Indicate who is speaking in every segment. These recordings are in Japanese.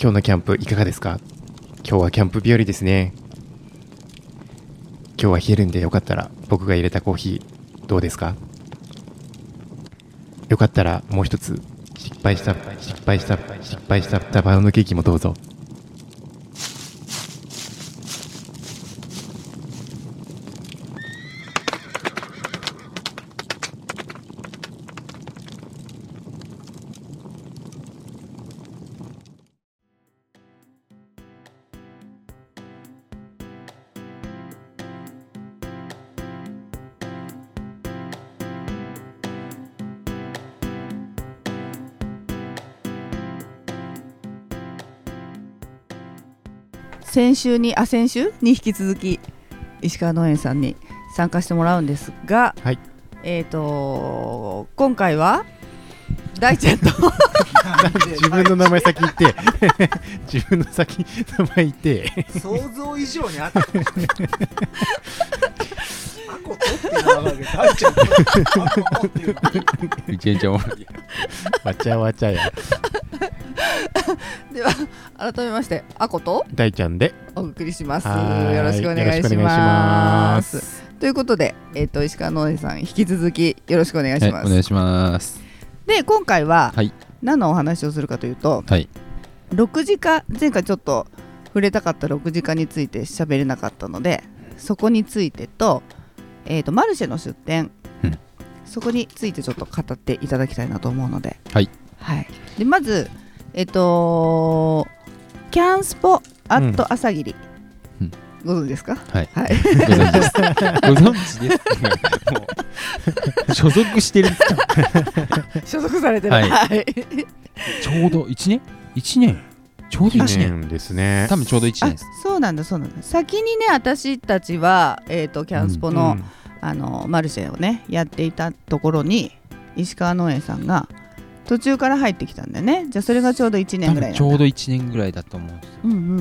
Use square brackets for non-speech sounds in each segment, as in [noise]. Speaker 1: 今日のキャンプいかがですか今日はキャンプ日和ですね。今日は冷えるんでよかったら僕が入れたコーヒーどうですかよかったらもう一つ失敗した失敗した失敗したダバウンドケーキもどうぞ。
Speaker 2: 先週にあ先週に引き続き石川農園さんに参加してもらうんですが、
Speaker 1: はい
Speaker 2: えっ、と今回は大ちゃんと [laughs]
Speaker 1: 自分の名前先言って、 [laughs] 自分の先名前言って、
Speaker 3: 想像以上にあった。ア [laughs] コ取っていうのは分かるけど、大ちゃん取っていうのは
Speaker 4: めちゃめちゃおもろい
Speaker 1: わちゃわちゃや。
Speaker 2: では改めましてあこと
Speaker 1: 大ちゃんで。
Speaker 2: お送りします
Speaker 1: はーい
Speaker 2: よろしくお願いし
Speaker 1: よろしくお願いし
Speaker 2: ま
Speaker 1: ますす。
Speaker 2: ということで、えー、と石川農園さん引き続きよろしくお願いし
Speaker 4: は
Speaker 2: ま
Speaker 4: い、お
Speaker 2: す、
Speaker 4: 願いします
Speaker 2: で今回は
Speaker 4: はい
Speaker 2: 何のお話をするかというと、
Speaker 4: はい
Speaker 2: 6時化前回ちょっと触れたかった6時化について喋れなかったのでそこについてと,、えー、とマルシェの出店、
Speaker 4: うん
Speaker 2: そこについてちょっと語っていただきたいなと思うので,、
Speaker 4: はい
Speaker 2: はい、でまず、えっとキャンスポアット朝霧、
Speaker 4: うん
Speaker 2: ご存知ですか
Speaker 4: はい
Speaker 2: はい、
Speaker 4: [laughs] ご存知ですご存知ですってもう所属してる
Speaker 2: 所属されてる、
Speaker 4: はい
Speaker 2: はい、
Speaker 4: ちょうど1年1年ちょうど1年
Speaker 1: ですね
Speaker 4: 多分ちょうど1年
Speaker 2: あ
Speaker 4: です
Speaker 2: そうなんだそうなんだ先にね私たちは、えー、とキャンスポの、
Speaker 1: うん
Speaker 2: あのマルシェをねやっていたところに石川農園さんが途中から入ってきたんだよねじゃあそれがちょうど1
Speaker 4: 多
Speaker 2: 年ぐらいな
Speaker 4: 分
Speaker 2: んだ
Speaker 4: ちょうど1年ぐらいだと思うんですよ
Speaker 2: うんうんうん
Speaker 4: ん
Speaker 2: う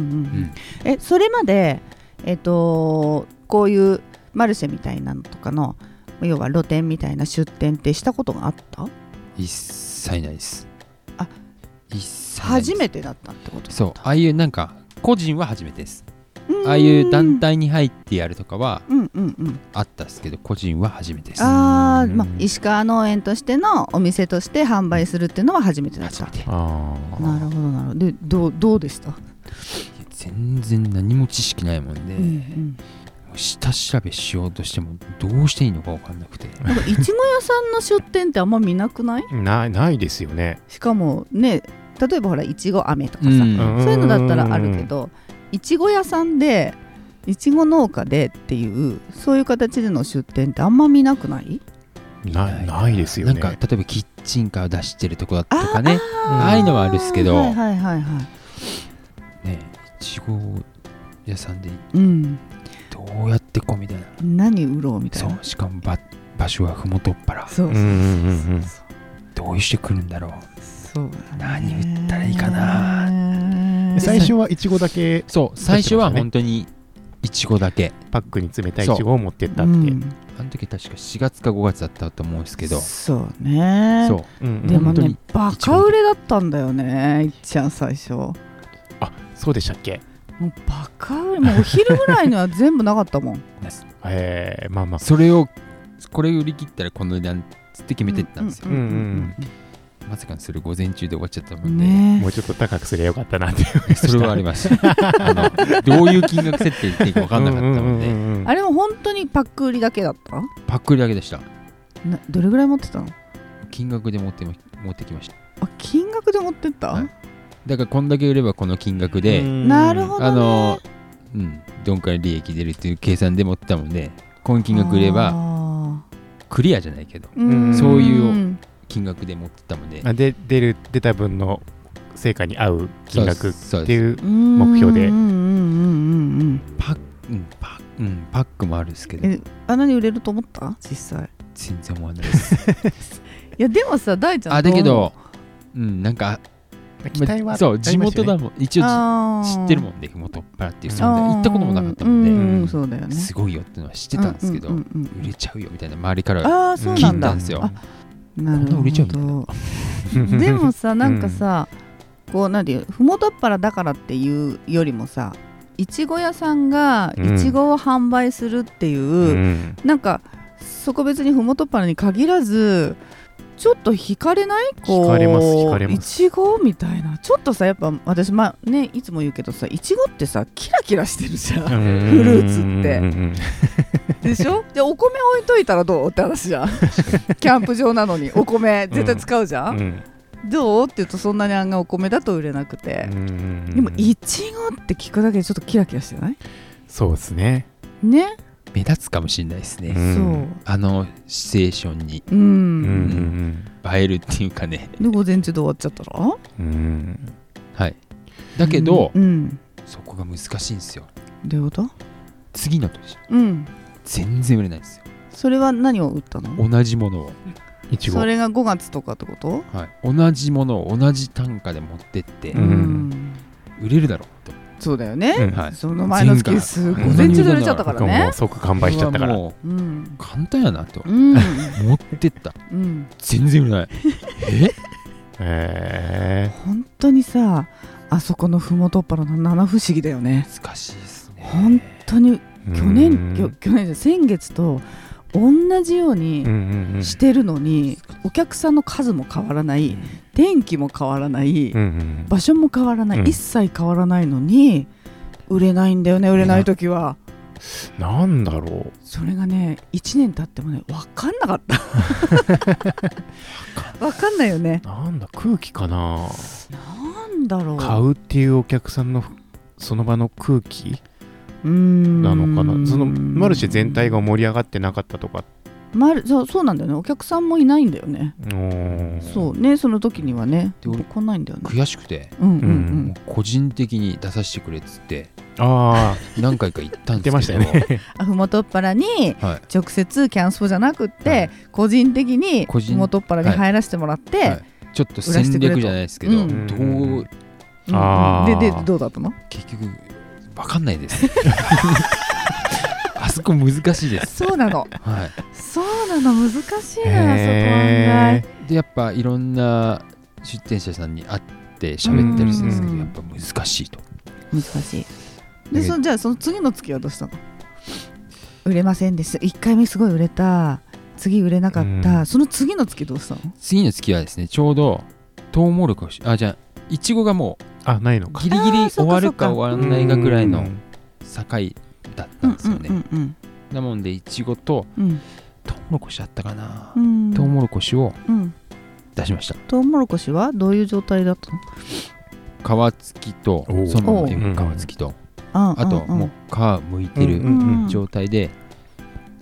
Speaker 2: んえそれまでえっとこういうマルシェみたいなのとかの要は露店みたいな出店ってしたことがあった
Speaker 4: 一切ないです
Speaker 2: あ
Speaker 4: 一切ないです
Speaker 2: 初めてだったってこと
Speaker 4: そうああいうなんか個人は初めてです
Speaker 2: うん
Speaker 4: ああいう団体に入ってやるとかは
Speaker 2: うんうんうん
Speaker 4: あったっすけど個人は初めてです
Speaker 2: あー、まあ、石川農園としてのお店として販売するっていうのは初めてだった
Speaker 4: 初めて
Speaker 1: あー
Speaker 2: なるほどなるほどでどうどうでした、
Speaker 4: 全然何も知識ないもんで、
Speaker 2: うん
Speaker 4: 下調べしようとしてもどうしていいのか分かんなくて
Speaker 2: うん、なんかいちご屋さんの出店ってあんま見なくない
Speaker 1: ないないですよね。
Speaker 2: しかもね例えばほらいちご飴とかさ、
Speaker 4: うん
Speaker 2: そういうのだったらあるけどいちご屋さんでいちご農家でっていうそういう形での出店ってあんま見なくない
Speaker 1: なないですよね
Speaker 4: なんか例えばキッチンカーを出してるとこだとかねああいうのはあるっすけど
Speaker 2: はいはいはいはい
Speaker 4: ねいちご屋さんで
Speaker 2: うん
Speaker 4: どうやってこうみたいな
Speaker 2: 何売ろうみたい
Speaker 4: そ
Speaker 2: な
Speaker 4: うしかもば場所はふもとっぱら
Speaker 2: そううん
Speaker 1: う
Speaker 2: そうん
Speaker 1: うんうん
Speaker 4: どうしてくるんだろう
Speaker 2: そうだね
Speaker 4: 何売ったらいいかな
Speaker 2: ね
Speaker 1: 最初はいちごだけ
Speaker 4: そう最初は本当にいちごだけ
Speaker 1: パックに詰めたいちごを持ってったっ
Speaker 2: う
Speaker 1: て、
Speaker 2: ん
Speaker 4: あの時確か4月か5月だったと思うんですけどそ
Speaker 2: そうね
Speaker 4: う
Speaker 1: うんうん
Speaker 2: でも
Speaker 4: 本当
Speaker 2: ね
Speaker 4: に
Speaker 2: バカ売れだったんだよねいっちゃん最初も
Speaker 1: そうでしたっけ
Speaker 2: うバカ売れもうお昼ぐらいには全部なかったも
Speaker 4: [laughs]
Speaker 2: ん
Speaker 1: えー、まあまあ
Speaker 4: それをこれ売り切ったらこの値段つって決めてったんですよ、
Speaker 1: うんうん
Speaker 4: まさかそれ午前中で終わっちゃったも
Speaker 2: うんん
Speaker 4: で、
Speaker 2: ね
Speaker 1: もうちょっと高くすりゃよかった [laughs] なって思いました
Speaker 4: それはありました。あのどういう金額設定言っていいか分かんなかったの
Speaker 1: う
Speaker 4: で、
Speaker 1: んうんうんうん
Speaker 2: あれも本当にパック売りだけだった
Speaker 4: パックリ上げでした。
Speaker 2: などれぐらい持ってたの
Speaker 4: 金額で持っても持ってきました。
Speaker 2: あ金額で持ってった、
Speaker 4: はいだからこんだけ売ればこの金額で、
Speaker 2: なるほど、ね、
Speaker 4: あの、うん、どんくらい利益出るっていう計算で持ってたもんで、この金額売れば
Speaker 2: ば
Speaker 4: クリアじゃないけど、
Speaker 1: うん
Speaker 4: そういう金額で持ってたもんで、
Speaker 1: あで出る出た分の成果に合う金額っ
Speaker 4: そう
Speaker 1: て
Speaker 4: です。
Speaker 1: いう目
Speaker 2: 目
Speaker 1: 標で
Speaker 2: うんうんうんうんうん
Speaker 4: パック、うんパックうん、パックもあるんですけど、
Speaker 2: えあんなに売れると思った実際
Speaker 4: 全然思わないです。
Speaker 2: いやでもさ大ちゃん
Speaker 4: あ、だけど、うん、なんか、
Speaker 1: 期待は
Speaker 4: そう、地元だ
Speaker 1: ん
Speaker 4: もん、一応じ知ってる
Speaker 2: ん
Speaker 4: もんで、ふもとっぱらっていう、
Speaker 1: うん
Speaker 4: そんな行ったこともなかったもんで、
Speaker 2: うんそうだよね
Speaker 4: すごいよってのは知ってたんですけど、
Speaker 2: うううんうん
Speaker 4: 売れちゃうよみたいな周りから
Speaker 2: ああそうなん
Speaker 4: 聞いた
Speaker 2: だ
Speaker 4: んですよ
Speaker 2: あなる [laughs]
Speaker 4: こんな売れちゃう
Speaker 2: ほどでもさなんかさ、こうなんていうふもとっぱらだからっていうよりもさいちご屋さんが
Speaker 1: うん
Speaker 2: いちごを販売するっていう、
Speaker 1: うん
Speaker 2: なんかそこ別にふもとっぱらに限らずちょっと惹かれないこう
Speaker 1: 惹かれます惹かれます
Speaker 2: いちごみたいなちょっとさやっぱ私まあねいつも言うけどさいちごってさキラキラしてるじゃん
Speaker 1: フ
Speaker 2: ルーツって
Speaker 1: て
Speaker 2: でしょじゃあお米置いといたらどうって話じ [laughs] ゃんキャンプ場なのにお米絶対使うじゃん、どうって言うとそんなにあんがお米だと売れなくて、でもいちごって聞くだけでちょっとキラキラしてない
Speaker 1: そうですね
Speaker 2: ね、
Speaker 4: 目立つかもしれないですね、
Speaker 1: うん
Speaker 4: あのシチュエーションに
Speaker 2: そううん、
Speaker 1: うんうん
Speaker 4: 映えるっていうかね
Speaker 2: で午前中で終わっちゃったら
Speaker 1: うんうん
Speaker 4: はいだけど、
Speaker 2: うん、うん
Speaker 4: そこが難しいんですよ
Speaker 2: どういうこと
Speaker 4: 次の年
Speaker 2: うん
Speaker 4: 全然売れないんですよ
Speaker 2: それは何を売ったの
Speaker 4: 同じものを、
Speaker 1: いちご
Speaker 2: それが5月とかってこと
Speaker 4: はい、同じものを同じ単価で持ってって、
Speaker 1: うん
Speaker 4: 売れるだろうと、
Speaker 2: そうだよね、
Speaker 1: うん
Speaker 4: はい、
Speaker 2: その前の月す午前中で売れちゃったから
Speaker 1: も
Speaker 2: ね
Speaker 1: う即完売しちゃったか
Speaker 4: これは
Speaker 1: ら
Speaker 4: も
Speaker 2: うん
Speaker 4: う簡単やなと
Speaker 2: うん
Speaker 4: 持ってった
Speaker 2: うん
Speaker 4: 全然売れないえ
Speaker 1: え
Speaker 2: 本当にさあそこのふもとっぱらの七不思議だよね
Speaker 4: 難しいですね
Speaker 2: 本当に
Speaker 1: え
Speaker 2: 去年きょ去年じゃない先月と同じよう
Speaker 1: う
Speaker 2: に
Speaker 1: んうんうん
Speaker 2: してるのに、お客さんの数も変わらない、天気も変わらない、
Speaker 1: うんうん
Speaker 2: 場所も変わらない、
Speaker 1: うん
Speaker 2: 一切変わらないのに売れないんだよね売れない時は、
Speaker 1: なんだろう
Speaker 2: それがね1年経ってもね分かんなかった
Speaker 1: [laughs]
Speaker 2: 分かんないよね
Speaker 1: なんだ空気かな
Speaker 2: なんだろう
Speaker 1: 買うっていうお客さんのその場の空気
Speaker 2: うーん
Speaker 1: なのかなそのマルシェ全体が盛り上がってなかったとか
Speaker 2: まるそうそうなんだよねお客さんもいないんだよね
Speaker 1: おー
Speaker 2: そうねその時にはね
Speaker 4: で俺
Speaker 2: 来ないんだよね
Speaker 4: 悔しくて
Speaker 2: うんうんう
Speaker 4: も
Speaker 2: ん
Speaker 4: う個人的に出させてくれっつって
Speaker 1: ああ
Speaker 4: 何回か行ったんですけど
Speaker 1: 言ってましたよね
Speaker 2: あふもとっぱらに
Speaker 4: はい
Speaker 2: 直接キャンスポじゃなくって、
Speaker 4: はい
Speaker 2: 個人的に
Speaker 4: 個人
Speaker 2: ふもとっぱらに入らせてもらって、
Speaker 4: はいちょっと戦略じゃないですけど、
Speaker 2: うん
Speaker 4: どう
Speaker 2: うん
Speaker 1: あー
Speaker 2: ででどうだったの
Speaker 4: 結局わかんないです [laughs] あそこ難しいです、
Speaker 2: そうなの
Speaker 4: は
Speaker 2: そうなの難しいのよそこ案
Speaker 1: へ
Speaker 2: 外
Speaker 4: い、でやっぱいろんな出店者さんに会って喋ったりするんですけ
Speaker 2: う
Speaker 4: ど
Speaker 2: ん
Speaker 4: やっぱ難しいと
Speaker 2: 難しいでそじゃあその次の月はどうしたの売れませんです1回目すごい売れた次売れなかった、
Speaker 1: うん
Speaker 2: その次の月どうしたの
Speaker 4: 次の月はですねちょうどトウモロコシあじゃあいちごがも
Speaker 1: あないの
Speaker 4: う
Speaker 1: か
Speaker 4: ギリギ
Speaker 2: あー
Speaker 4: リ
Speaker 2: そっ
Speaker 4: 終
Speaker 2: かそ
Speaker 4: わ
Speaker 2: っ
Speaker 4: る
Speaker 2: か
Speaker 4: か終わらないかぐらいの
Speaker 1: う
Speaker 4: 境
Speaker 1: ん
Speaker 4: だったんですよね、
Speaker 2: うんうん
Speaker 4: なもんでいちごと
Speaker 2: うん
Speaker 4: トウモロコシだったかな、
Speaker 2: うんうん
Speaker 4: トウモロコシを
Speaker 2: うん
Speaker 4: 出しました
Speaker 2: トウモロコシはどういう状態だったの
Speaker 4: 皮付きと
Speaker 1: おう
Speaker 4: そのまま
Speaker 1: おう
Speaker 4: 全部皮付きと
Speaker 2: あ
Speaker 4: あともう皮剥いて
Speaker 1: う
Speaker 4: る
Speaker 1: んうん
Speaker 4: 状態で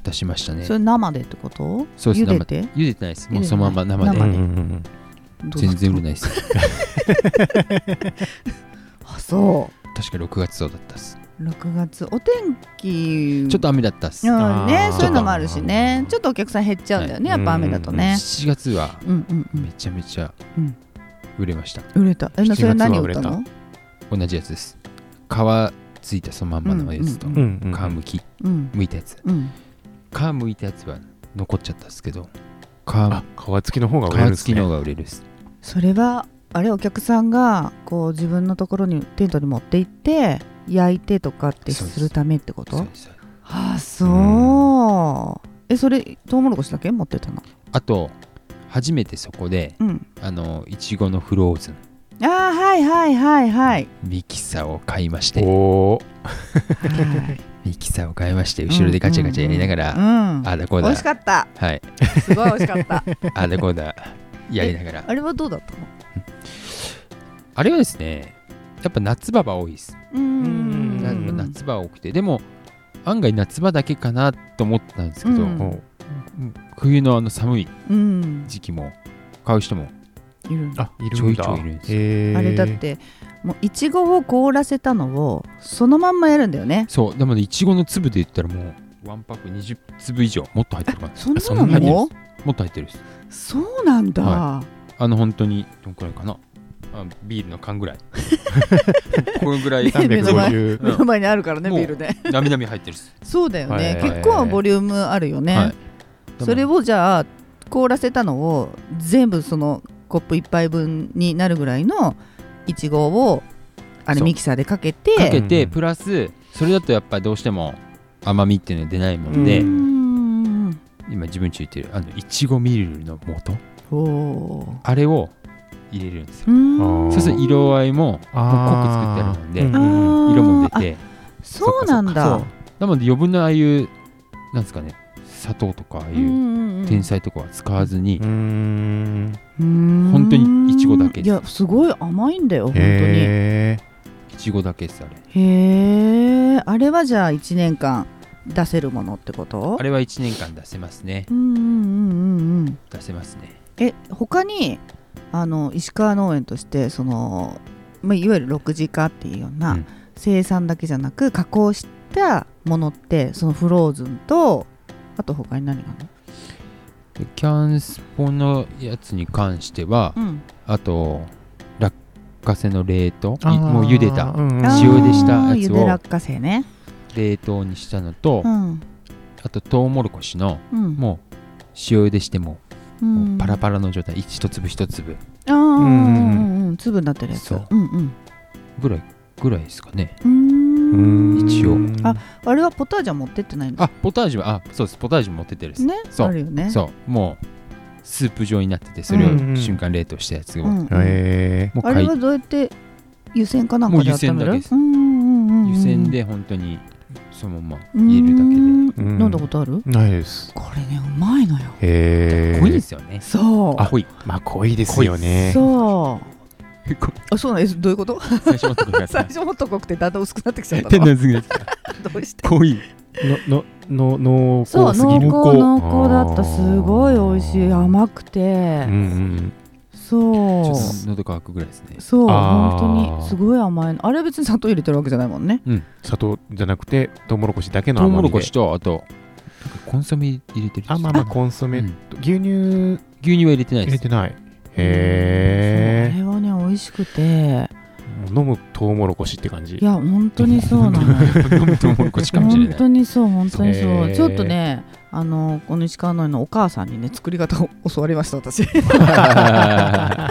Speaker 4: 出しましたね
Speaker 2: それ生でってこと
Speaker 4: そうです
Speaker 2: 茹でて
Speaker 4: 茹でてないですもうそのまま生
Speaker 1: うんう
Speaker 4: で
Speaker 1: んうん
Speaker 4: 全然売れ
Speaker 2: い
Speaker 4: ないです
Speaker 2: あそ
Speaker 4: [laughs] 確か6月そうだったっす
Speaker 2: う6月お天気
Speaker 4: ちょっと雨だったっす
Speaker 2: う
Speaker 4: 7
Speaker 2: んね
Speaker 1: あー
Speaker 2: そういうのもあるしねちょっとお客さん減っちゃうんだよねやっぱ雨だとね
Speaker 4: 月は
Speaker 2: うんうん
Speaker 4: めちゃめちゃ
Speaker 2: うん
Speaker 4: 売れました
Speaker 2: うん売れたえなそれ何売った
Speaker 1: 7
Speaker 2: の
Speaker 4: 同じやつです皮付いたそのまんまのやつと
Speaker 2: う
Speaker 4: 皮
Speaker 2: ん
Speaker 1: うんうん
Speaker 4: むき
Speaker 2: うん
Speaker 4: 剥いたやつ
Speaker 2: うん
Speaker 4: 皮むいたやつは残っちゃったっすけど
Speaker 1: あ
Speaker 4: 皮
Speaker 1: 皮付きの方が売れるん
Speaker 4: 皮
Speaker 1: です
Speaker 4: 付き
Speaker 1: ね
Speaker 4: の方が売れるっす
Speaker 2: それはあれお客さんがこう自分のところにテントに持って行って焼いてとかって
Speaker 4: そうで
Speaker 2: す
Speaker 4: す
Speaker 2: るためってこ
Speaker 4: そう
Speaker 2: と
Speaker 4: です
Speaker 2: ああそうえそれトウモロコシだけ持ってたの
Speaker 4: あと初めてそこで
Speaker 2: うん
Speaker 4: あのいちごのフローズン
Speaker 2: ああはいはいはいはい
Speaker 4: ミキサーを買いまして
Speaker 1: おお
Speaker 2: はい
Speaker 4: ミキサーを買いまして [laughs] 後ろでガチャガチャやりながら、
Speaker 2: うん
Speaker 4: あーだこう
Speaker 2: 美
Speaker 4: だ
Speaker 2: 味しかった
Speaker 4: はい
Speaker 2: すごい美味しかった
Speaker 4: あーだこうだやりながら
Speaker 2: [laughs] あれはどうだったの
Speaker 4: あれはですねやっぱ夏場が多いです、
Speaker 2: うー
Speaker 1: うん
Speaker 4: やっぱ
Speaker 2: ん
Speaker 4: 夏場が多くてでも案外夏場だけかなと思ったんですけど、
Speaker 2: うん
Speaker 4: 冬のあの寒い
Speaker 2: うん
Speaker 4: 時期も買う人も
Speaker 2: いる
Speaker 1: あい
Speaker 4: ち
Speaker 1: る
Speaker 4: ょ
Speaker 1: ん
Speaker 4: い
Speaker 1: だ
Speaker 4: ちょいいるんです
Speaker 1: へー
Speaker 2: あれだってもういちごを凍らせたのをそのまんまやるんだよね
Speaker 4: そうでもねいちごの粒で言ったらもうワンパック20粒以上もっと入ってるかな
Speaker 2: そん
Speaker 1: そ
Speaker 2: なん
Speaker 1: な
Speaker 2: の
Speaker 4: 入ってる
Speaker 2: も
Speaker 4: もっと入ってるです
Speaker 2: そうなんだ、
Speaker 4: はあの本当にどんくらいかなあビールの缶ぐ [laughs] らいこのぐらい
Speaker 2: ビールの前
Speaker 1: 350
Speaker 2: 目の [laughs] 前にあるからね
Speaker 4: もう
Speaker 2: ビールで
Speaker 4: なみなみ入ってるっす、
Speaker 2: そうだよね、
Speaker 1: はい
Speaker 2: 結構ボリュームあるよね、
Speaker 4: はい
Speaker 2: それをじゃあ凍らせたのを全部そのコップ1杯分になるぐらいのいちごをあれ
Speaker 4: そう
Speaker 2: ミキサーでかけ
Speaker 4: か
Speaker 2: て
Speaker 4: けて、
Speaker 1: うん
Speaker 4: プラスそれだとやっぱどうしても甘みっていうのは出ないもんで、
Speaker 1: う
Speaker 2: うんん
Speaker 4: 今自分ち言ってるあのいちごミルの素
Speaker 2: おー
Speaker 4: あれを入れるんですよ
Speaker 2: うん
Speaker 1: あー
Speaker 4: そうすると色合いも濃く作ってあるもんで、
Speaker 1: あー
Speaker 2: うん
Speaker 4: 色も出て
Speaker 2: そうなんだ
Speaker 4: そうなので余分なああいうなんですかね砂糖とかああい
Speaker 2: うんう
Speaker 4: う
Speaker 2: んうん
Speaker 4: 天才とかは使わずに
Speaker 1: うーん
Speaker 2: 本
Speaker 4: 当にイチゴだけ
Speaker 2: いやすごい甘いんだよ本当にへ
Speaker 1: へえ
Speaker 4: いちごだけですあれ
Speaker 2: えあれはじゃあ1年間出せるものってこと
Speaker 4: あれは1年間出せますね
Speaker 2: うんうんうんうんうん
Speaker 4: 出せますね
Speaker 2: え他にあの石川農園としてその、まあ、いわゆる6次化っていうような、
Speaker 4: うん
Speaker 2: 生産だけじゃなく加工したものってそのフローズンとあと他に何があるの
Speaker 4: でキャンスポのやつに関しては、
Speaker 2: うん
Speaker 4: あと落花生の冷凍い
Speaker 1: あー
Speaker 4: もう茹でた
Speaker 1: うんうん
Speaker 4: 塩茹でしたやつを
Speaker 2: あー茹で落花生ね
Speaker 4: 冷凍にしたのと、
Speaker 2: うん
Speaker 4: あとトウモロコシの
Speaker 2: うん
Speaker 4: もう塩茹でしても,、
Speaker 2: うん
Speaker 4: もうパラパラの状態一粒一粒
Speaker 2: あーうんんうん粒になってるやつ
Speaker 4: そうん
Speaker 2: うん
Speaker 4: ぐらいぐらいですかね
Speaker 1: う
Speaker 2: うー
Speaker 1: んん
Speaker 4: 一応
Speaker 2: ああれはポタージュは持ってってないんだ
Speaker 4: あポタージュはあそうですポタージュ持ってってるです、
Speaker 2: ね
Speaker 4: そう
Speaker 2: あるよね
Speaker 4: そうもうスープ状になっててそれを
Speaker 1: うんうん
Speaker 4: 瞬間冷凍したやつを、
Speaker 2: うん
Speaker 4: も
Speaker 2: うん
Speaker 1: へえ
Speaker 4: う
Speaker 2: あ
Speaker 4: か
Speaker 2: れ
Speaker 4: い
Speaker 2: はどうやって湯煎かなんかで
Speaker 4: もう湯煎
Speaker 2: 温める
Speaker 4: だけです
Speaker 2: うんうんうんうん
Speaker 4: 湯煎で本当にそのまま入れるだけ
Speaker 2: うん
Speaker 4: で
Speaker 1: うん
Speaker 2: 飲んだことある
Speaker 1: ないです
Speaker 2: これねうまいのよ
Speaker 1: へえ
Speaker 4: 濃いですよね
Speaker 2: そう
Speaker 1: あ
Speaker 2: [laughs]
Speaker 4: 濃い
Speaker 1: まあ濃いですよね
Speaker 2: そう
Speaker 4: 濃い
Speaker 2: あそうなんですどういうこと [laughs]
Speaker 4: 最初のとこが
Speaker 2: 最初もっと濃くてだんだん薄くなってきちゃった
Speaker 4: 天
Speaker 2: の
Speaker 4: 然すぎです
Speaker 2: どうして
Speaker 4: 濃い
Speaker 1: ののの濃
Speaker 2: そう
Speaker 1: すぎ
Speaker 2: 濃厚
Speaker 1: る
Speaker 2: 濃厚だったすごい美味しい甘くて
Speaker 1: うんうん
Speaker 4: ち
Speaker 2: そ
Speaker 4: ょ
Speaker 2: う
Speaker 4: っと喉乾くぐらいですね
Speaker 2: そう
Speaker 1: あー
Speaker 2: 本当にすごい甘いのあれは別に砂糖入れてるわけじゃないもんね
Speaker 1: 砂糖じゃなくてトウモロコシだけの
Speaker 4: トウ
Speaker 1: 甘み
Speaker 4: モ
Speaker 1: で
Speaker 4: ロコシとあとなんかコンソメ入れてる
Speaker 1: あまあまあ
Speaker 4: あ
Speaker 1: コンソメ
Speaker 4: うん
Speaker 1: と牛乳
Speaker 4: 牛乳は入れてな
Speaker 1: 入
Speaker 4: いで
Speaker 1: れ
Speaker 4: す
Speaker 1: てないへ
Speaker 2: そうあれはね美味しくて
Speaker 1: え飲むトウモロコシって感じ
Speaker 2: いや本当にそうなのよ
Speaker 4: 飲むトウモロコシかもしれ
Speaker 2: 本
Speaker 4: ない
Speaker 2: 当にそう本当にそう、
Speaker 1: そう
Speaker 2: ちょっとねあのこの石川農園のお母さんにね作り方を教わりました
Speaker 4: [laughs]
Speaker 2: 私あ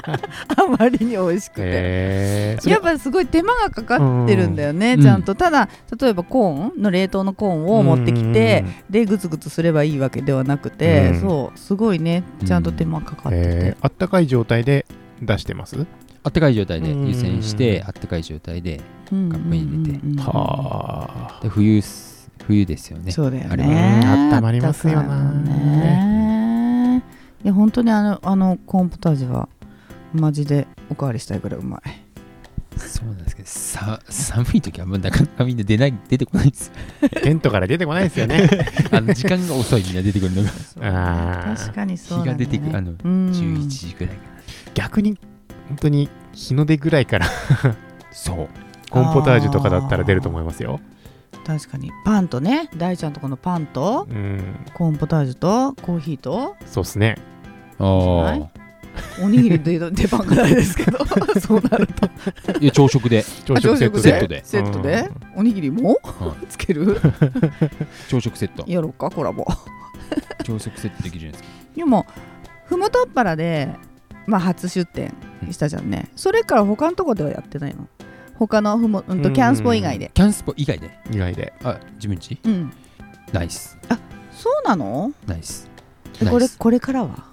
Speaker 2: まりに美味しくて、
Speaker 1: へえ
Speaker 2: やっぱすごい手間がかかってるんだよね、
Speaker 4: うん
Speaker 2: ちゃんと、ただ例えばコーンの冷凍のコーンを持ってきて、でグツグツすればいいわけではなくて、
Speaker 1: うん
Speaker 2: そうすごいねちゃんと手間かかってて、
Speaker 1: えあったかい状態で出してます
Speaker 4: あったかい状態で湯煎し
Speaker 1: う
Speaker 4: て
Speaker 1: ん
Speaker 4: あったかい状態で
Speaker 2: うん
Speaker 4: カップに入れて
Speaker 2: うんうんうん
Speaker 1: はあ
Speaker 4: で冬す冬ですよね
Speaker 2: そうだよ
Speaker 4: あれ
Speaker 2: ね
Speaker 4: は
Speaker 1: うん温まりますよな
Speaker 2: あったかいもんねいや本当にあのあのコーンポタージュはマジでおかわりしたいぐらいうまい
Speaker 4: そうなんですけどさ寒い時はあんまなかなかみんな出ない出てこないんですよ
Speaker 1: テントから出てこないですよね
Speaker 2: [laughs]
Speaker 4: あの時間が遅いみんな出てくるのが
Speaker 1: あ
Speaker 2: 確
Speaker 1: ー
Speaker 2: かにそうなんだ、ね、
Speaker 4: 日が出てくあ
Speaker 2: う
Speaker 4: の
Speaker 2: ん
Speaker 4: 11時くらいかな
Speaker 1: 逆に本当に日の出ぐらいから
Speaker 4: そう
Speaker 1: コーンポタージュとかだったら出ると思いますよ
Speaker 2: 確かにパンとね大ちゃんとこのパンと
Speaker 1: うん
Speaker 2: コーンポタージュとコーヒーと
Speaker 1: そうっすね
Speaker 4: あ
Speaker 2: いおにぎりで出番がないですけどそうなると
Speaker 4: あいや朝食で
Speaker 1: 朝食セット
Speaker 4: セッ
Speaker 1: で
Speaker 4: トで
Speaker 2: セットで、おにぎりも、
Speaker 4: は
Speaker 2: つける
Speaker 4: 朝食セット
Speaker 2: やろうかコラボ
Speaker 4: 朝食セットできるじゃないですか
Speaker 2: でもふもとっぱらで、まあ、初出店したじゃんね、それから他のとこではやってないの他のふも、うん、と
Speaker 1: うん
Speaker 2: キャンスポ以外で
Speaker 4: キャンスポ以外で
Speaker 1: 意外で
Speaker 4: あ自分ち
Speaker 2: うん、
Speaker 4: ナイス
Speaker 2: そうなの
Speaker 4: ナイス
Speaker 2: え
Speaker 4: ナ
Speaker 2: こ
Speaker 4: イ
Speaker 2: れ
Speaker 4: ス
Speaker 2: これからは、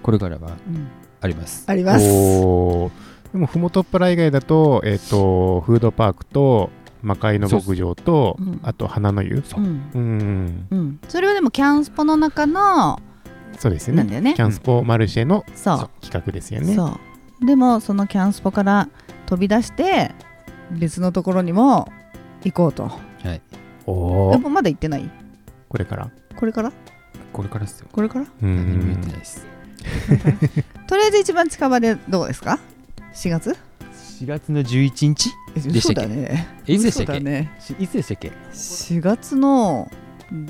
Speaker 4: これからは
Speaker 2: うん、
Speaker 4: あります
Speaker 2: あります
Speaker 1: おーでもふもとっぱら以外だとえっ、とフードパークと魔界の牧場と、
Speaker 2: そうっすうん
Speaker 1: あと花の湯
Speaker 2: うん
Speaker 1: うん
Speaker 2: うん、それはでもキャンスポの中の
Speaker 1: そうですよ
Speaker 2: なん
Speaker 1: ね
Speaker 2: だよね
Speaker 1: キャンスポマルシェの
Speaker 2: そう
Speaker 1: 企画ですよね
Speaker 2: そうでもそのキャンスポから飛び出して別のところにも行こうと
Speaker 4: はい
Speaker 1: お
Speaker 2: や
Speaker 1: お
Speaker 2: っぱまだ行ってない
Speaker 1: これから
Speaker 2: これから
Speaker 4: これからですよ
Speaker 2: これから
Speaker 1: う
Speaker 4: 何も言
Speaker 1: ん
Speaker 4: ってないです
Speaker 2: とりあえず一番近場でどうですか4月
Speaker 4: 4月の11日
Speaker 2: で
Speaker 4: したっけ
Speaker 2: そうだね
Speaker 4: えいつでしたっ
Speaker 2: そうだ
Speaker 4: け
Speaker 2: ね
Speaker 4: しいつでしたっけ
Speaker 2: 4月の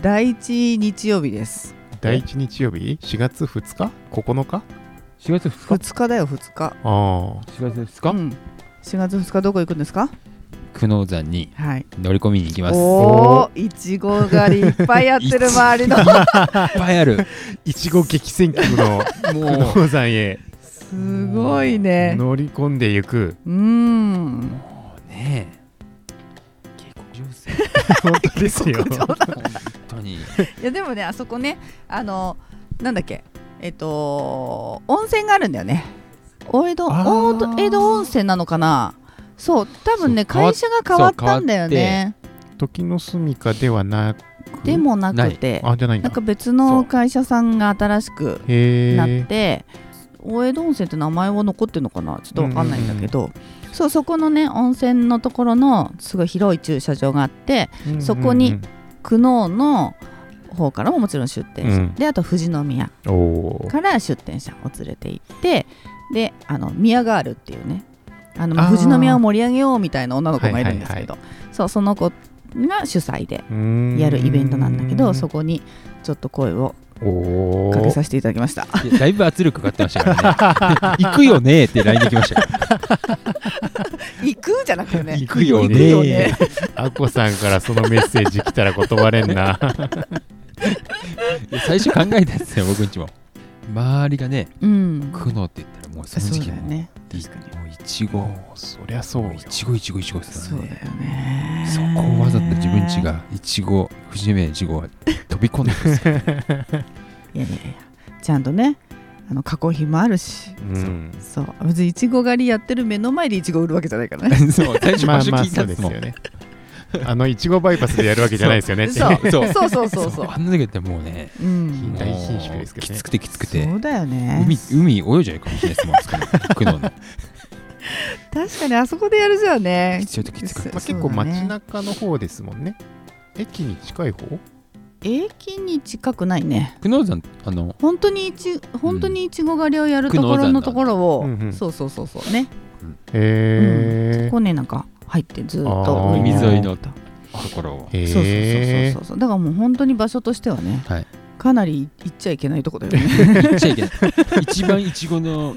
Speaker 2: 第1日曜日です
Speaker 1: 第1日曜日4月2日9日
Speaker 4: 4月2
Speaker 2: 2日だよ2日
Speaker 1: ああ
Speaker 4: 4月2
Speaker 2: う
Speaker 4: 日
Speaker 2: ん4月2日どこ行くんですか
Speaker 4: 久能山に
Speaker 2: はい
Speaker 4: 乗り込みに行きますい
Speaker 2: おおいちご狩りいっぱいやってる周りの
Speaker 4: [laughs] っぱいある
Speaker 2: [laughs]
Speaker 1: いちご激戦区の
Speaker 4: もう
Speaker 1: 不動産へ
Speaker 2: すごいね
Speaker 1: 乗り込んでい
Speaker 2: [laughs]
Speaker 1: く
Speaker 2: うん
Speaker 4: もうね結構上手
Speaker 1: 本当ですよ
Speaker 4: 本当に
Speaker 2: いやでもねあそこねあのなんだっけえっと温泉があるんだよね大江戸
Speaker 1: あー
Speaker 2: 大江戸温泉なのかなそう多分ね
Speaker 4: そう変わっ
Speaker 2: 会社が変わったんだよね
Speaker 1: 時の住処ではなく
Speaker 2: でもなくて
Speaker 1: あじゃないん
Speaker 2: な
Speaker 1: だ
Speaker 2: んか別の会社さんが新しく
Speaker 1: へえ
Speaker 2: なって、大江戸温泉って名前は残ってるのかなちょっとわかんないんだけど、そうそこのね温泉のところのすごい広い駐車場があってそこに久能の方からももちろん出店者、
Speaker 1: うん
Speaker 2: であと富士宮
Speaker 1: おおー
Speaker 2: から出店者を連れて行ってであの宮ガールっていうねあのまあ
Speaker 1: あー
Speaker 2: 富士宮を盛り上げようみたいな女の子がいるんですけど、そうその子が主催で
Speaker 1: うーん
Speaker 2: やるイベントなんだけどそこにちょっと声を
Speaker 1: おお
Speaker 2: かけさせていただきました。 [laughs]
Speaker 4: いやだいぶ圧力かかってましたから [laughs] ね行くよねって LINE できましたから
Speaker 2: 行くじゃなくてね
Speaker 4: 行くよ
Speaker 1: 行
Speaker 4: ね
Speaker 1: くよねあこさんからそのメッセージ来たら断れんな
Speaker 4: いや最初考えたんですよ僕んちも周りがね
Speaker 2: うん
Speaker 4: 苦悩って言ったらもうその
Speaker 2: そう
Speaker 4: 時期
Speaker 2: だよ
Speaker 4: もう
Speaker 2: ね
Speaker 4: い
Speaker 2: 確かに
Speaker 4: もういちご
Speaker 1: [laughs] そりゃそうよ
Speaker 4: いちごいちごいちごです
Speaker 2: そう
Speaker 4: から
Speaker 2: だ
Speaker 4: ね
Speaker 2: よね
Speaker 4: そこをわざと自分ちがいちご藤宮いちごは飛び込んでくんですよ
Speaker 2: いやいやいやちゃんとねあの加工品もあるし
Speaker 1: うん
Speaker 2: そう別にいちご狩りやってる目の前でいちご売るわけじゃない
Speaker 4: [laughs]
Speaker 2: からね
Speaker 4: そう最初
Speaker 1: ま
Speaker 4: 場
Speaker 1: あ
Speaker 4: 所
Speaker 1: まあ
Speaker 4: 聞い
Speaker 1: そ
Speaker 4: た
Speaker 1: うん
Speaker 4: で
Speaker 1: ですす
Speaker 4: も
Speaker 1: よ
Speaker 4: ん
Speaker 1: ねあのいちごバイパスでやるわけじゃないですよねって
Speaker 2: [laughs] そう
Speaker 4: そ
Speaker 2: そう
Speaker 4: う
Speaker 2: そうそう
Speaker 4: そ
Speaker 2: そうう
Speaker 4: あんな時だったらもうね
Speaker 2: うん
Speaker 1: 大品種ですけどね
Speaker 4: もうきつくてきつくて
Speaker 2: そうだよね
Speaker 4: 海海泳いじゃないかもしれないですもんですから苦悩の
Speaker 2: 確かにあそこでやるじゃんね
Speaker 4: ちょっときつかった
Speaker 1: まあ、結構街中の方ですもんね駅に近い方
Speaker 2: 駅に近くないね
Speaker 4: 久能山あの
Speaker 2: 本当にいち本当にいちご狩りをやるとこ
Speaker 4: 久能
Speaker 2: ろ
Speaker 4: 山
Speaker 2: の
Speaker 4: だ
Speaker 2: ところを、
Speaker 1: うんうん
Speaker 2: そうそうそうそうね、
Speaker 1: へ
Speaker 2: そこねなんか入ってずーっと
Speaker 1: あー
Speaker 2: 上に
Speaker 4: 海沿いのところを
Speaker 1: え
Speaker 2: そうそう
Speaker 1: へ
Speaker 2: そうそうそうだからもう本当に場所としてはね、
Speaker 4: はい
Speaker 2: かなり行っちゃいけないとこだよ
Speaker 1: [laughs]
Speaker 2: ね
Speaker 4: 行っちゃいけない一番いちごの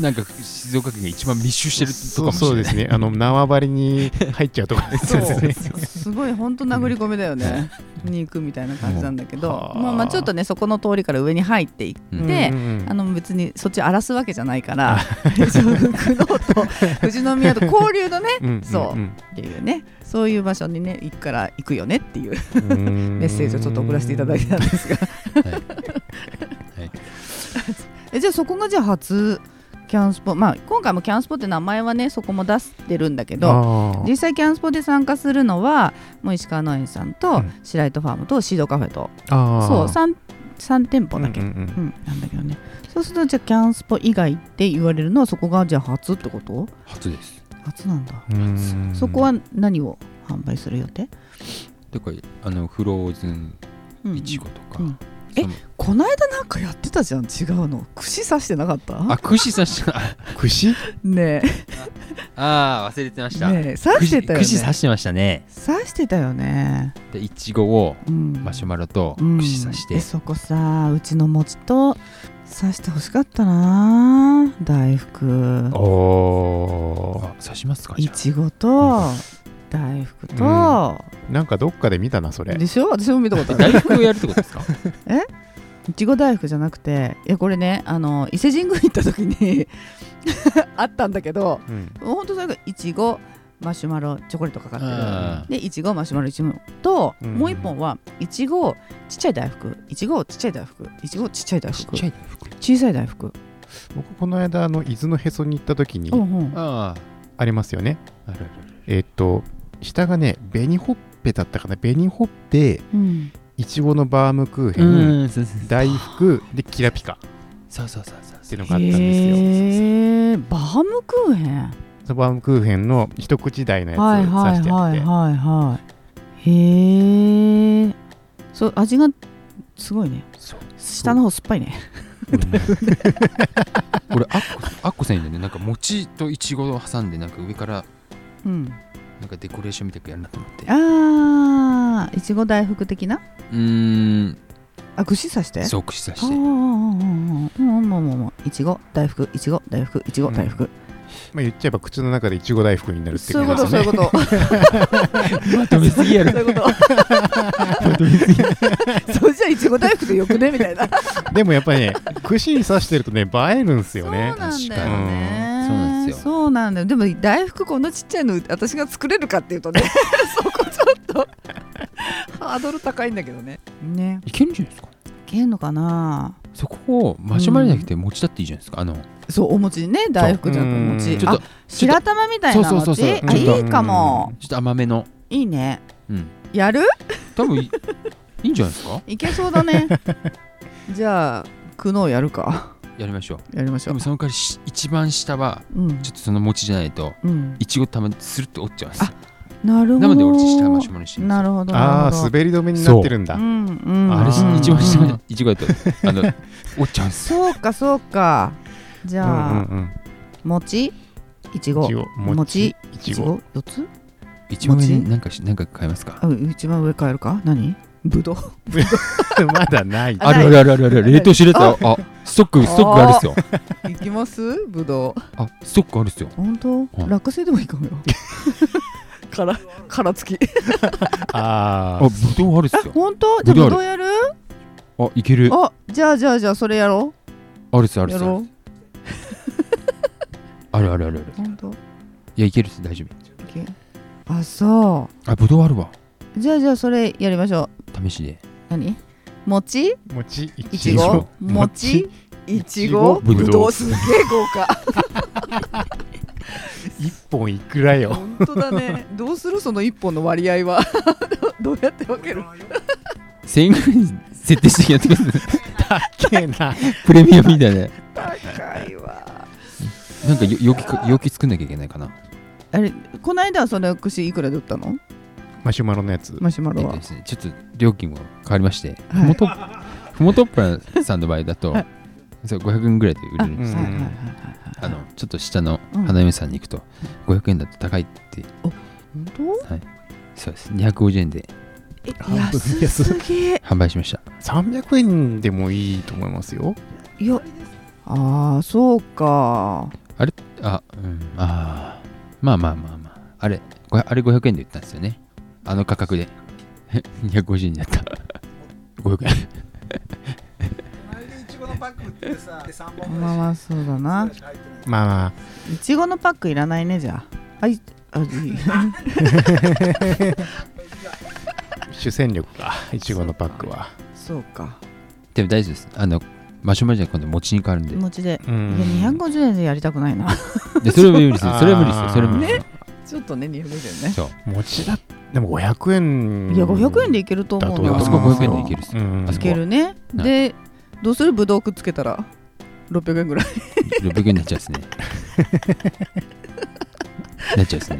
Speaker 4: なんか静岡県が一番密集してると
Speaker 1: そ
Speaker 4: かも
Speaker 1: う
Speaker 4: しれ
Speaker 1: そう
Speaker 4: な
Speaker 1: で
Speaker 4: い
Speaker 1: すねあの
Speaker 4: [laughs]
Speaker 1: 縄張りに入っちゃうとこですよね
Speaker 2: すごい本当殴り込みだよねに行くみたいな感じなんだけど、
Speaker 1: うんはあ
Speaker 2: まあまあちょっとねそこの通りから上に入っていって、
Speaker 4: うん
Speaker 1: うんうん
Speaker 2: あの別にそっち荒らすわけじゃないから [laughs] 久能と富士宮と交流のね
Speaker 1: うんうん
Speaker 2: そうんっていうねそういう場所にね行くから行くよねっていう
Speaker 1: うん
Speaker 2: [laughs] メッセージをちょっと送らせていただいたんですが
Speaker 4: はい
Speaker 2: [laughs] えじゃあそこがじゃあ初キャンスポまあ今回もキャンスポって名前はねそこも出してるんだけど
Speaker 1: あー
Speaker 2: 実際キャンスポで参加するのはもう石川農園さん
Speaker 1: う
Speaker 2: と
Speaker 1: ん
Speaker 2: 白糸ファームとシードカフェと、
Speaker 1: あ
Speaker 2: そ
Speaker 1: ー
Speaker 2: う 3, 三店舗だけ、う
Speaker 1: うん
Speaker 2: ん
Speaker 1: うんうん
Speaker 2: なんだけどねそうするとじゃあキャンスポ以外って言われるのはそこがじゃあ初ってこと
Speaker 4: 初です
Speaker 2: 初なんだ、
Speaker 1: うん
Speaker 2: そこは何を販売する予定、
Speaker 4: だからあのフローズン
Speaker 2: うん
Speaker 4: いちごと
Speaker 2: う
Speaker 4: か、
Speaker 2: ん
Speaker 4: その
Speaker 2: こないだなんかやってたじゃん違うの串刺してなかった
Speaker 4: あ串
Speaker 2: [laughs]
Speaker 4: 刺した
Speaker 1: 串
Speaker 2: ね
Speaker 4: あー忘れてまし
Speaker 2: え
Speaker 4: た、
Speaker 2: ねえ刺してたよね
Speaker 4: 串刺してましたね
Speaker 2: 刺してたよね、
Speaker 4: でいちごを
Speaker 2: うん、
Speaker 4: マシュマロと
Speaker 2: うん
Speaker 4: 串刺して、
Speaker 2: えそこさうちの餅と刺してほしかったな大福
Speaker 1: おお
Speaker 4: あ刺しますかじ
Speaker 2: い
Speaker 4: ゃあ
Speaker 2: ちごと大福と、
Speaker 1: ーなんかどっかで見たなそれ
Speaker 2: でしょ私も見たことあ
Speaker 4: 大
Speaker 2: る
Speaker 4: 福をやるってことですか
Speaker 2: [laughs] いちご大福じゃなくていやこれねあの伊勢神宮行った時に [laughs] あったんだけど
Speaker 1: うん
Speaker 2: ほんとそれがいちごマシュマロチョコレートかかって
Speaker 4: あ
Speaker 2: るでいちごマシュマロいちごと、
Speaker 1: うん
Speaker 2: もう一本はいちごちっちゃい大福いちごちっちゃい大福いちごちっちゃい大
Speaker 4: ー
Speaker 2: 福
Speaker 4: ちっちゃい服
Speaker 2: 小さい大福
Speaker 1: 僕この間あの伊豆のへそに行った時に
Speaker 2: うんうん
Speaker 4: あ
Speaker 1: ありますよね
Speaker 4: ああるある
Speaker 1: えっと下がね紅ほっぺだったかな紅ほっぺ
Speaker 2: うん
Speaker 1: いちごのバームクー
Speaker 4: ある
Speaker 1: ヘン、
Speaker 4: んそうそう
Speaker 1: 大福でキラピカっ
Speaker 4: そうそうそうそう
Speaker 1: ていうのがあったんですよ。
Speaker 2: へえバームクーヘン
Speaker 1: そばバームクーヘンの一口大のやつ
Speaker 2: はいは
Speaker 1: 刺し
Speaker 2: い
Speaker 1: てあっ
Speaker 2: はい
Speaker 1: て、
Speaker 2: はいはいへえそう味がすごいね
Speaker 4: そう
Speaker 2: 下の方酸っぱいね [laughs]
Speaker 4: 俺アッコアッコさんにねなんか餅とイチゴを挟んでなんか上から
Speaker 2: うん
Speaker 4: なんかデコレーションみたくやるなと思って
Speaker 2: あーいちご大福的な
Speaker 4: うーん
Speaker 2: あ串刺して
Speaker 4: そう串刺
Speaker 2: ああ
Speaker 4: して
Speaker 2: うんうんうんうんうんうんうんうんいちご大福いちご大福いちご大福、
Speaker 1: まあ、言っちゃえば口の中でいちご大福になるって
Speaker 2: そういうことそういうこと
Speaker 4: まとめすぎや
Speaker 2: [laughs]
Speaker 4: ろ
Speaker 2: そういうことそれじゃあいちご大福でよくねみたいな
Speaker 1: でもやっぱりね串に刺してるとね映えるんですよね
Speaker 2: そうなんだよね。
Speaker 4: そうなんですよ
Speaker 2: そうなんだよ。でも大福こんなちっちゃいの私が作れるかっていうとね、そこちょっとハードル高いんだけどね。ね。
Speaker 4: いけるんじゃないですか
Speaker 2: いけんのかな。
Speaker 4: そこをマシュマロじゃなくて餅だっていいじゃないですか、あの
Speaker 2: そうお餅ね大福じゃなくてお
Speaker 1: うん
Speaker 2: 餅。
Speaker 4: ちょっ
Speaker 2: あ
Speaker 4: とちょっと
Speaker 2: 白玉みたいな
Speaker 4: そう
Speaker 2: の
Speaker 4: そうそうそう
Speaker 2: え
Speaker 4: ちょっ
Speaker 2: あ
Speaker 4: と
Speaker 2: いいかも。
Speaker 4: ちょっと甘めの
Speaker 2: いいね。
Speaker 4: うん
Speaker 2: やる？
Speaker 4: 多分い [laughs] いいんじゃないですか
Speaker 2: いけそうだ
Speaker 4: [laughs]
Speaker 2: ね。じゃあ苦悩やるか。
Speaker 4: やりましょう
Speaker 2: やりまし
Speaker 4: で
Speaker 2: ょう
Speaker 4: も。その代わりし一番下は
Speaker 2: うん
Speaker 4: ちょっとその餅じゃないと
Speaker 2: うん。
Speaker 4: いちご玉スルッと折っちゃうんですよ
Speaker 2: なるほど。
Speaker 4: なので俺下はマシュマロにしてるんです
Speaker 2: なるほど。
Speaker 1: あ
Speaker 2: な
Speaker 1: あ
Speaker 2: るほど
Speaker 1: 滑り止めになってるんだ
Speaker 2: うんうん。
Speaker 4: あれし
Speaker 2: うん
Speaker 4: 一番下
Speaker 2: うん
Speaker 4: のいちごだとあ [laughs] の折っちゃうんです
Speaker 2: そうかそうか。じ
Speaker 1: うん
Speaker 2: ゃあ、
Speaker 1: うんうん
Speaker 2: 餅、いちご、
Speaker 1: いちご
Speaker 2: 餅、い
Speaker 1: いち
Speaker 2: ち
Speaker 1: ご
Speaker 2: ご四つ？
Speaker 4: 一番上
Speaker 2: 餅
Speaker 4: になんかしなんか買えますか
Speaker 2: あうん一番上変えるか？何？ぶどう。
Speaker 1: [laughs] まだない
Speaker 2: あない
Speaker 4: あるあるある冷凍してるやつああストックストックあるっすよ [laughs]
Speaker 2: いきます？ぶどう。
Speaker 4: あストックあるっすよ
Speaker 2: 本当？
Speaker 4: はい
Speaker 2: 落花生でもいいかもよ。
Speaker 4: [laughs]
Speaker 2: からからつき。
Speaker 1: あ
Speaker 4: あ
Speaker 1: ー
Speaker 4: ぶどうあるっすよ
Speaker 2: 本当？じゃあ
Speaker 4: ぶ
Speaker 2: ぶ
Speaker 4: ど
Speaker 2: ど
Speaker 4: う
Speaker 2: うやる？
Speaker 4: あいける
Speaker 2: あじゃあじゃあじゃあそれやろ
Speaker 4: あるっすあ
Speaker 2: う。
Speaker 4: るっ
Speaker 2: や
Speaker 4: すあるっ
Speaker 2: ろ
Speaker 4: すあるあるあるある
Speaker 2: う。本当？い
Speaker 4: いやいけるっす大丈夫
Speaker 2: け。あそ
Speaker 4: あぶどうあるわ
Speaker 2: う。じゃあじゃあそれやりましょう。
Speaker 4: 試しで
Speaker 2: 何？餅？ [laughs]
Speaker 1: 餅い
Speaker 2: いち
Speaker 4: いち
Speaker 2: ご
Speaker 4: ご？
Speaker 2: 餅？いち
Speaker 1: い
Speaker 2: ご？
Speaker 1: ちごぶ
Speaker 2: ぶ
Speaker 1: ど
Speaker 2: ど
Speaker 1: う
Speaker 2: うすっげえ豪華。
Speaker 1: 一本いくらよ
Speaker 2: 本当だねどうするその1本の割合は [laughs] どうやって分ける
Speaker 4: 1000円ぐらいに設定してやってください
Speaker 1: けえ
Speaker 2: [laughs]
Speaker 1: な
Speaker 4: プレミアムみたいな
Speaker 2: 高いわ
Speaker 4: な
Speaker 2: [laughs]
Speaker 4: んかよ容器か容器作んなきゃいけないかな
Speaker 2: あれこの間はその串いくらで売ったの
Speaker 1: マシュマロのやつ
Speaker 2: マシュマ
Speaker 4: え
Speaker 2: ロ
Speaker 4: っと
Speaker 2: は
Speaker 4: ですねちょっと料金も変わりまして
Speaker 2: はい
Speaker 4: ふもとふもとっぱらさんの場合だと
Speaker 2: はい
Speaker 4: そう500円ぐらいで売れるんで
Speaker 1: う
Speaker 4: す
Speaker 1: ん
Speaker 2: はいはいはいはい
Speaker 4: あのちょっと下の
Speaker 2: うん
Speaker 4: 花嫁さんに行くと500円だと高いって
Speaker 2: 本
Speaker 4: そうです250円で
Speaker 2: 当え
Speaker 1: 半分
Speaker 2: 安すぎい
Speaker 4: 販売しました
Speaker 1: 300円でもいいと思いますよ
Speaker 2: やああそうか
Speaker 4: あうんあーまあまあまあまああれごあれ500円で売ったんですよねあの価格で [laughs] 250円にな
Speaker 2: [laughs]
Speaker 4: った500円
Speaker 3: 隣でいちごのパック売っててさで3本ぐ
Speaker 2: ま
Speaker 3: ら
Speaker 2: あ
Speaker 3: い
Speaker 2: まあそうだな
Speaker 3: しか入ってない
Speaker 1: まあまあ
Speaker 2: いちごのパックいらないねじゃあはいあいい [laughs]
Speaker 1: 主戦力かいちごのパックは
Speaker 2: そうか
Speaker 4: でも大丈夫ですあのマシュマロじゃなくて今度餅に変わるんで
Speaker 2: 持ちで
Speaker 1: う
Speaker 2: い
Speaker 1: ん
Speaker 2: や250円でやりたくないな
Speaker 4: でそれは無理ですよそれは無理ですよそれは無理ですよ、
Speaker 2: [laughs] ちょっとね250円ね
Speaker 4: そう
Speaker 1: 餅だでも500円
Speaker 2: いや500円でいけると思う
Speaker 1: だと
Speaker 2: な
Speaker 1: 思うあそこ
Speaker 4: 500円でいけるっす
Speaker 1: う
Speaker 4: よ、
Speaker 1: ん
Speaker 4: あ
Speaker 2: い
Speaker 4: そこ
Speaker 2: けるね
Speaker 4: はい
Speaker 2: でどうするぶどうくっつけたら600円ぐらい
Speaker 4: 600円になっちゃうですねなっちゃうですね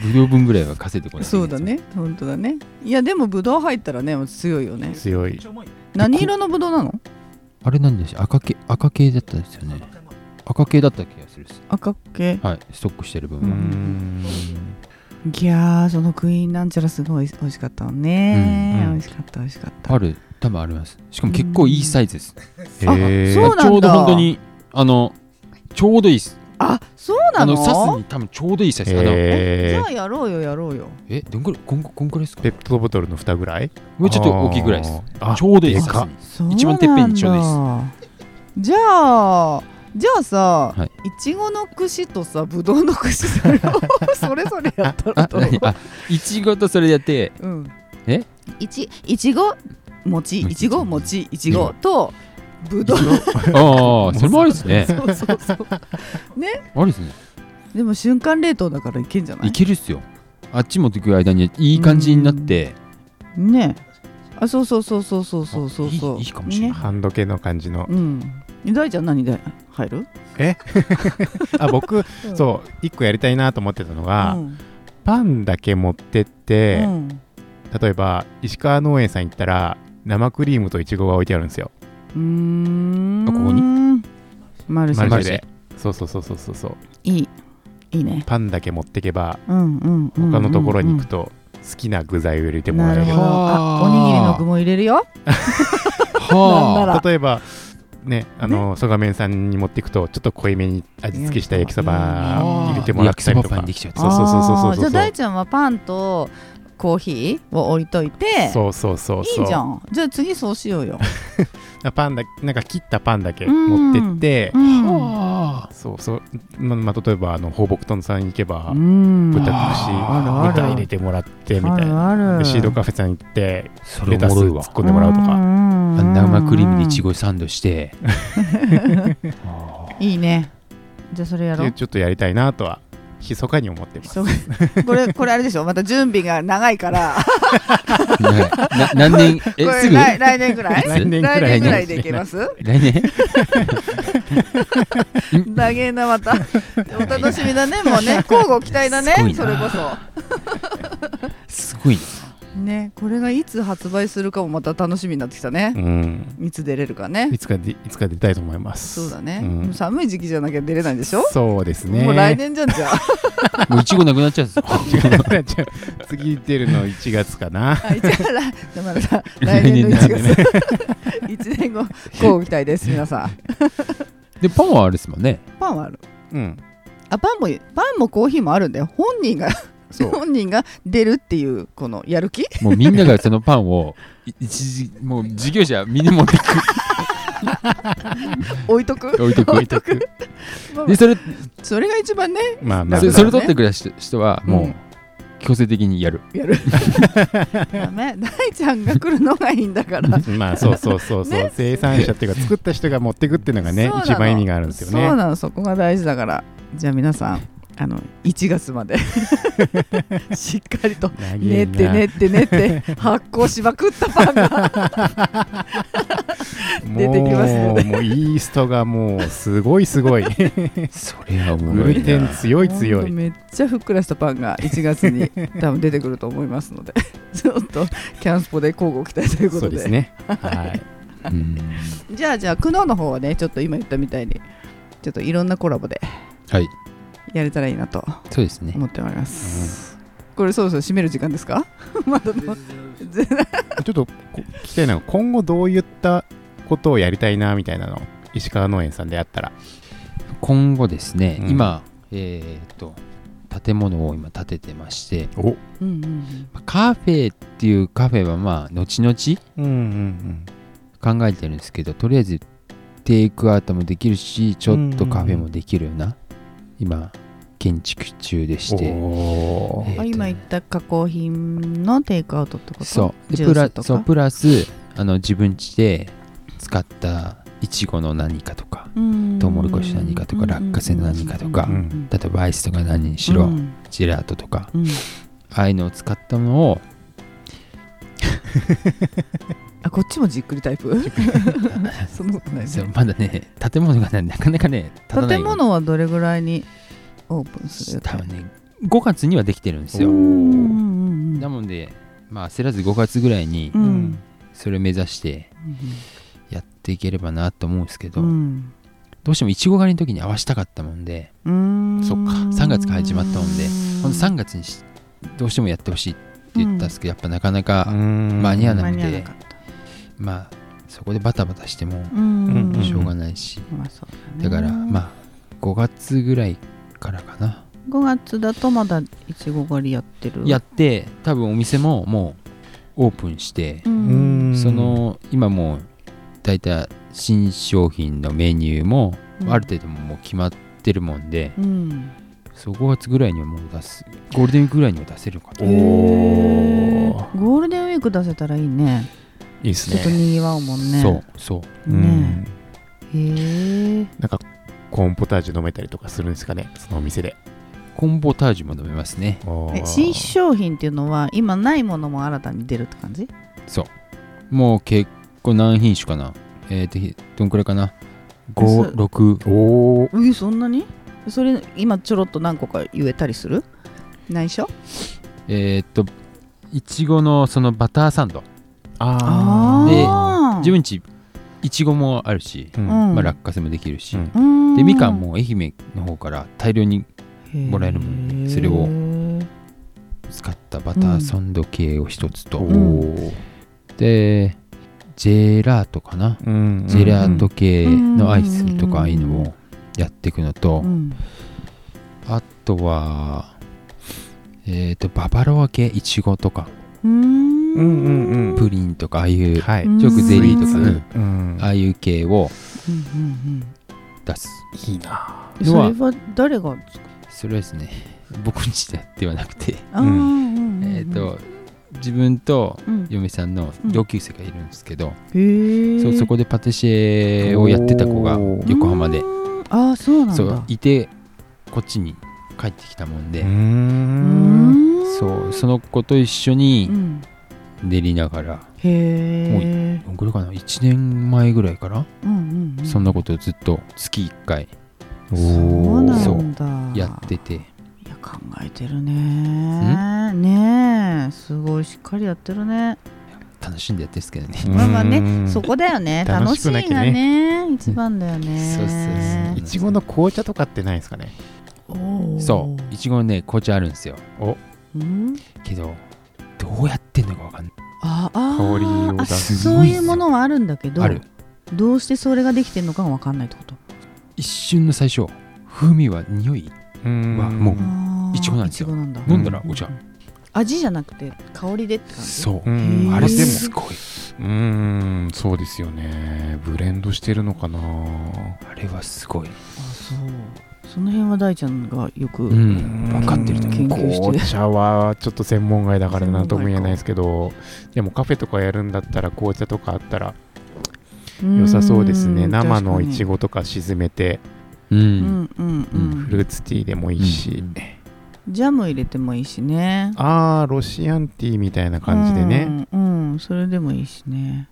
Speaker 4: 無料分ぐらいは稼いでこないとい
Speaker 2: そ
Speaker 4: け
Speaker 2: う
Speaker 4: な
Speaker 2: だ
Speaker 4: い
Speaker 2: ね本当だねいやでもぶどう入ったらね強いよね
Speaker 1: 強い
Speaker 3: 一応
Speaker 5: [laughs]
Speaker 3: もういい
Speaker 2: 何色のぶどうなの
Speaker 4: あれなんでしょう赤系赤系だったんですよね赤系だった気がするっす
Speaker 2: 赤っけ
Speaker 4: はいストックしてる分
Speaker 1: う
Speaker 4: は、
Speaker 1: ん
Speaker 2: いやーそのクイーンなんちゃらすごい美味しかったわね、
Speaker 1: うんうん
Speaker 2: 美味しかった美味しかった
Speaker 4: ある多分ありますしかも結構いいサイズです、
Speaker 1: へえ
Speaker 2: そうなんだ
Speaker 4: ちょうど本当にあのちょうどいいっす
Speaker 2: あそう
Speaker 4: あ
Speaker 2: なの
Speaker 4: の刺すに多分ちょうどいいサイズかなえ
Speaker 2: じ
Speaker 1: へ
Speaker 2: ゃあやろうよやろうよ
Speaker 4: どんぐらいこんこんくらいですか
Speaker 1: ペットボトルの蓋ぐらい
Speaker 4: もうちょっと大きいぐらいです
Speaker 1: あー
Speaker 4: ちょうどいい
Speaker 1: で
Speaker 4: サ
Speaker 1: か
Speaker 4: イ
Speaker 1: っ
Speaker 4: ズに
Speaker 2: そうなんだ
Speaker 4: 一番てっぺんにちょうどいいっ
Speaker 2: じゃあじゃあさ、
Speaker 4: はい
Speaker 2: い、ちごの串とさぶどうの串それを [laughs] それぞれやったら
Speaker 4: あ
Speaker 2: どう
Speaker 4: 何あ [laughs] いちごとそれでやって
Speaker 2: うん、
Speaker 4: え
Speaker 2: いちいちご餅いちご餅いちごとぶどう
Speaker 4: ああそれもありですね
Speaker 2: [laughs] そうそうそう
Speaker 4: ありですね
Speaker 2: でも瞬間冷凍だからいけんじゃない
Speaker 4: いけるっすよあっち持ってくる間にいい感じになって
Speaker 2: ねあそうそうそうそうそうそうそうそう
Speaker 4: あいいいいかもしれない
Speaker 2: ね、
Speaker 1: ハンド系の感じの
Speaker 2: うん大ちゃん何で入る
Speaker 1: あ僕
Speaker 2: うん
Speaker 1: そう一個やりたいなと思ってたのが
Speaker 2: うん
Speaker 1: パンだけ持ってっ
Speaker 2: う
Speaker 1: て
Speaker 2: ん
Speaker 1: 例えば石川農園さん行ったら生クリームとイチゴが置いてあるんですよ
Speaker 2: うーん
Speaker 4: あここ
Speaker 2: マルシ
Speaker 1: マ
Speaker 2: ェ
Speaker 1: ル
Speaker 4: ル
Speaker 1: シ
Speaker 4: シ
Speaker 1: ェ
Speaker 4: ェ
Speaker 1: でそうそうそうそうそうそう
Speaker 2: いいいいね
Speaker 1: パンだけ持ってけば
Speaker 2: うんうんうんうんうん
Speaker 1: 他のところに行くと好きな具材を入れてもらえ
Speaker 2: な
Speaker 1: る
Speaker 2: るほどあおにぎりの具も入れるよ
Speaker 4: は
Speaker 2: なんなら
Speaker 1: 例えばね、あの、曽我面さんに持っていくと、ちょっと濃いめに味付けした焼きそば
Speaker 2: うん
Speaker 1: 入れてもらっ
Speaker 4: 焼き
Speaker 1: た
Speaker 4: そ
Speaker 1: り
Speaker 4: ば
Speaker 1: と
Speaker 4: パ
Speaker 1: か
Speaker 4: ン。できちゃった
Speaker 1: そうそうそうそうそう
Speaker 2: あーじゃあ大ちゃんはパンとコーヒーを置いといて
Speaker 1: そうそうそうそう。
Speaker 2: いいじゃんじゃあ次そうしようよ、
Speaker 1: パンだなんか切ったパンだけ
Speaker 2: うん
Speaker 1: 持ってって、
Speaker 2: うん
Speaker 4: あ
Speaker 1: そうそう、ままあ、例えばあの放牧豚さんに行けば、
Speaker 2: うん
Speaker 1: 豚
Speaker 4: あ
Speaker 1: 串
Speaker 4: あるある
Speaker 1: 豚入れてもらってみたいな。
Speaker 2: あるある
Speaker 1: でシードカフェさん行って
Speaker 4: ーそれ
Speaker 1: レ
Speaker 4: お
Speaker 1: タス
Speaker 4: もろい
Speaker 1: 突
Speaker 4: わ
Speaker 1: っ込んでもらうとか、
Speaker 2: ん
Speaker 4: あ生クリームでいちごサンドしてあー
Speaker 2: いいねじゃあそれや
Speaker 1: って
Speaker 2: ろ
Speaker 1: いう
Speaker 2: う
Speaker 1: ちょっとやりたいなとは密かに思ってます。
Speaker 2: そうこれこれあれでしょまた準備が長いから
Speaker 4: [laughs]
Speaker 1: [laughs]
Speaker 4: ねな
Speaker 2: [laughs]
Speaker 4: 何年え
Speaker 2: これ
Speaker 4: すぐ
Speaker 2: 来来年ぐらい
Speaker 1: [laughs] 来年ぐらいに
Speaker 2: 来年ぐらいでいけます
Speaker 1: [laughs]
Speaker 4: 来年
Speaker 2: だげなまたお楽しみだねもうね交互期待だ
Speaker 4: すごい
Speaker 2: ね
Speaker 4: な
Speaker 2: それこそ
Speaker 4: すごいな
Speaker 2: ねこれがいつ発売するかもまた楽しみになってきたね
Speaker 1: うん、
Speaker 2: いつ出れるかね
Speaker 1: いつかでいつか出たいと思います。
Speaker 2: そうだね、
Speaker 1: ん
Speaker 2: 寒い時期じゃなきゃ出れないでしょ、
Speaker 1: そうですね。
Speaker 2: もう来年じゃんじゃあ
Speaker 4: もういちごなくなっちゃうんですよ
Speaker 1: じゃあ次出るの1月かな。
Speaker 2: あ一応来でもまた来年の1月 [laughs] 一年後こう期待です皆さん
Speaker 4: でパンはあれですもんね
Speaker 2: パンはある
Speaker 1: うん、
Speaker 2: あパンもパンもコーヒーもあるんだよ本人が [laughs]
Speaker 1: そう。
Speaker 2: 本人が出るっていうこのやる気
Speaker 4: もうみんながそのパンをい一時もう事業者みんな持ってく
Speaker 2: 置いとく
Speaker 4: 置いとく
Speaker 2: 置いとくまあま
Speaker 4: で
Speaker 2: あ
Speaker 4: それ
Speaker 2: それが一番ね
Speaker 1: まあまあ、
Speaker 4: そ
Speaker 2: ね
Speaker 4: それ取ってくれた人人は
Speaker 2: う
Speaker 4: も
Speaker 2: ん
Speaker 4: う強制的にやる
Speaker 2: やるダメ大ちゃんが来るのがいいんだから
Speaker 1: [laughs] まあそうそうそうそう、生産者っていうか作った人が持っていくっていうのがね
Speaker 2: そうなの
Speaker 1: 一番意味があるんですよ
Speaker 2: そう
Speaker 1: ね。
Speaker 2: なのそこが大事だからじゃあ皆さんあの1月ま
Speaker 1: [laughs]
Speaker 2: でしっかりと
Speaker 1: 長
Speaker 2: 練
Speaker 1: え
Speaker 2: っ
Speaker 1: な
Speaker 2: て
Speaker 1: [laughs]
Speaker 2: 練って練って発酵しまくったパンが出てきますよ
Speaker 1: もうもうイーストがもうすごいすごいグ
Speaker 4: それはおもろ
Speaker 1: ル
Speaker 4: い
Speaker 1: テン
Speaker 4: な
Speaker 1: 強い強
Speaker 2: ほんと
Speaker 1: い。
Speaker 2: めっちゃふっくらしたパンが1月
Speaker 1: [laughs]
Speaker 2: に多分出てくると思いますのでちょっとキャンスポで交互期待というこ
Speaker 1: そ
Speaker 2: と
Speaker 1: う
Speaker 2: で
Speaker 1: ですね。はい。
Speaker 4: うん
Speaker 2: じゃあじゃあ久能の方はねちょっと今言ったみたいにちょっといろんなコラボで
Speaker 4: はい
Speaker 2: やれたらいいなと
Speaker 4: そうですね
Speaker 2: 思っております、これそろそろ締める時間ですかまだの全然
Speaker 1: ちょっとこ聞きたいのが今後どういったことをやりたいなみたいなの石川農園さんであったら。
Speaker 4: 今後ですね、
Speaker 1: うん
Speaker 4: 今えーっと建物を今建ててまして
Speaker 1: お
Speaker 2: うんうん
Speaker 4: カフェっていうカフェはまあ後々
Speaker 1: うんうん
Speaker 4: 考えてるんですけどとりあえずテイクアウトもできるしちょっとカフェもできるような、今建築中でして、
Speaker 1: お
Speaker 4: え
Speaker 1: ー
Speaker 4: ー
Speaker 2: あ
Speaker 4: とね
Speaker 2: 今言った加工品のテイクアウトってこと
Speaker 4: そう
Speaker 2: ジ
Speaker 4: で
Speaker 2: ュ
Speaker 4: プ
Speaker 2: ー
Speaker 4: ラ
Speaker 2: スとか
Speaker 4: そうプラスあの自分家で使ったいちごの何かとかトウモロコシの何かとか落花生の何かとか
Speaker 1: うん
Speaker 4: 例えばアイスとか何にしろ、ジェラートとかああいうのを使ったものを
Speaker 2: あこっちもじっくりタイプ
Speaker 4: [laughs]
Speaker 2: そんなことないね
Speaker 4: そうまだね建物がねなかなかね建たない
Speaker 2: 建物はどれぐらいにオープンする予定
Speaker 4: 多分ね5月にはできてるんですよ
Speaker 2: うんうんうん
Speaker 4: なのでまあ焦らず5月ぐらいに
Speaker 2: うんうん
Speaker 4: それを目指してやっていければなと思うんですけ
Speaker 2: う
Speaker 4: ど、
Speaker 2: ん
Speaker 4: どうしてもいちご狩りの時に合わしたかったもんで
Speaker 2: うん
Speaker 4: そっか3月から始まったもんでこの3
Speaker 2: 月
Speaker 4: 月にしどうしてもやってほしいって言ったんですけど、やっぱなかなか、間
Speaker 1: 間
Speaker 4: に合わない
Speaker 2: 間に合わなかった
Speaker 4: まあそこでバタバタしても
Speaker 2: うんうんうん
Speaker 4: しょうがないし、
Speaker 2: まあそう
Speaker 4: だ
Speaker 2: ね
Speaker 4: からまあ5月ぐらいからかな、
Speaker 2: 5月だとまだいちご狩りやってる
Speaker 4: やって多分お店ももうオープンして
Speaker 2: う、
Speaker 1: うんん
Speaker 4: その今もう大体新商品のメニューも
Speaker 2: うん
Speaker 4: ある程度もう決まってるもんで、
Speaker 2: うん
Speaker 4: そう5月ぐらいにはもう出すゴールデンウィークぐらいには出せるか
Speaker 1: お
Speaker 4: な
Speaker 2: へー
Speaker 1: ー
Speaker 2: ゴールデンウィーク出せたらいいね
Speaker 1: いいです
Speaker 2: ちょっと
Speaker 1: ね。
Speaker 2: にぎわうもんね
Speaker 4: そうそう
Speaker 1: うん
Speaker 2: ねへえ
Speaker 1: なんかコーンポタージュ飲めたりとかするんですかね、そのお店で。
Speaker 4: コンポタージュも飲めますね
Speaker 2: え新商品っていうのは今ないものも新たに出るって感じ
Speaker 4: そうもう結構何品種かなえーとひどんくらいかな
Speaker 2: そう
Speaker 4: 56
Speaker 1: おー
Speaker 2: えそんなにそれ今ちょろっと何個か言えたりする内緒
Speaker 4: えーっといちごのそのバターサンド
Speaker 1: あー
Speaker 2: あー
Speaker 4: 自分ちいちごもあるし、
Speaker 1: うん
Speaker 2: うん
Speaker 4: まあ、落花生もできるし、
Speaker 1: うん
Speaker 2: うん
Speaker 4: でみかんも愛媛の方から大量にもらえるもんで
Speaker 2: へー
Speaker 4: それを使ったバターサンド系を一つと、
Speaker 2: ん
Speaker 1: おー
Speaker 4: でジェラートかな、
Speaker 1: うん
Speaker 4: ジェラート系のアイスと
Speaker 2: うん
Speaker 4: かああいうのをやっていくのと、
Speaker 2: うん
Speaker 4: あとはえっ、とババロア系いちごとか
Speaker 2: うーん
Speaker 1: うんうんうん
Speaker 4: プリンとかああいう
Speaker 1: はい、
Speaker 2: うん
Speaker 4: よくゼリーとか、
Speaker 2: スイーツ
Speaker 1: うん
Speaker 4: ああいう系を
Speaker 2: うんうん
Speaker 4: 出す
Speaker 1: いいな
Speaker 2: うん
Speaker 4: の
Speaker 2: そ
Speaker 4: は
Speaker 2: れは誰が作る
Speaker 4: それはですね僕にしてではなくて、
Speaker 2: あーうんうんうん
Speaker 4: えっ、と自分と
Speaker 2: うん
Speaker 4: 嫁さんの同級生がいるんですけど、
Speaker 2: へー
Speaker 4: そうそこでパティシエをやってた子が
Speaker 1: おー
Speaker 4: 横浜で
Speaker 2: うーんああそうなんだ
Speaker 4: そういてこっちに帰ってきたもんで、
Speaker 1: うー
Speaker 2: うー
Speaker 1: ん
Speaker 2: ん
Speaker 4: そうその子と一緒
Speaker 2: う
Speaker 4: に
Speaker 2: ん
Speaker 4: 練りながら、
Speaker 2: へえ
Speaker 4: どんぐらいかな1年前ぐらいから、
Speaker 2: うんうんうん
Speaker 4: そんなことをずっと月1回
Speaker 1: お
Speaker 2: そう
Speaker 1: ー
Speaker 2: なんだ
Speaker 4: やってて
Speaker 2: いや考えてるねねえすごいしっかりやってるね
Speaker 4: 楽しんでやってるんですけどね、
Speaker 1: うん
Speaker 2: まあまあねそこだよね楽
Speaker 1: 楽し
Speaker 2: しい
Speaker 1: く
Speaker 2: が
Speaker 1: なきゃね
Speaker 2: ね一番だよね
Speaker 4: そうそう
Speaker 1: いちごの紅茶とかってないですかね
Speaker 2: おー
Speaker 4: そういちごのね紅茶あるんですよ
Speaker 2: うん
Speaker 4: けどどうやってんのかわかんない
Speaker 2: ああ
Speaker 1: 香りを
Speaker 2: あ
Speaker 1: 出す
Speaker 2: そういうものはあるんだけど
Speaker 4: ある
Speaker 2: どうしてそれができてるのかが分かんないってこと
Speaker 4: 一瞬の最初風味は匂い
Speaker 1: うん
Speaker 4: わもう
Speaker 2: あー
Speaker 4: いちごなんですよ
Speaker 2: いちごなんだ
Speaker 4: 飲んだらお茶
Speaker 2: うう味じゃなくて香りでって感じ
Speaker 4: そううん
Speaker 2: へー
Speaker 4: あ
Speaker 1: あ
Speaker 4: れ
Speaker 1: れ
Speaker 4: で
Speaker 1: で
Speaker 4: も
Speaker 1: も
Speaker 4: すごい
Speaker 1: うんそうですよねブレンドしてるのかな
Speaker 4: あれはすごい
Speaker 2: あそうその辺は大ちゃんがよく、
Speaker 4: うん分かってると
Speaker 2: 研究して
Speaker 1: 紅茶はちょっと専門外だから何とも言えないですけどでもカフェとかやるんだったら紅茶とかあったら良さそうですね生のいち
Speaker 2: ご
Speaker 1: ごとか沈めて
Speaker 4: うん、
Speaker 2: うんうんう
Speaker 4: うん
Speaker 2: ん
Speaker 1: フルーツティーでもいいし、
Speaker 4: うん
Speaker 2: ジャム入れてもいいしね
Speaker 1: ああロシアンティーみたいな感じでね、
Speaker 2: うん、うんそれでもいいしね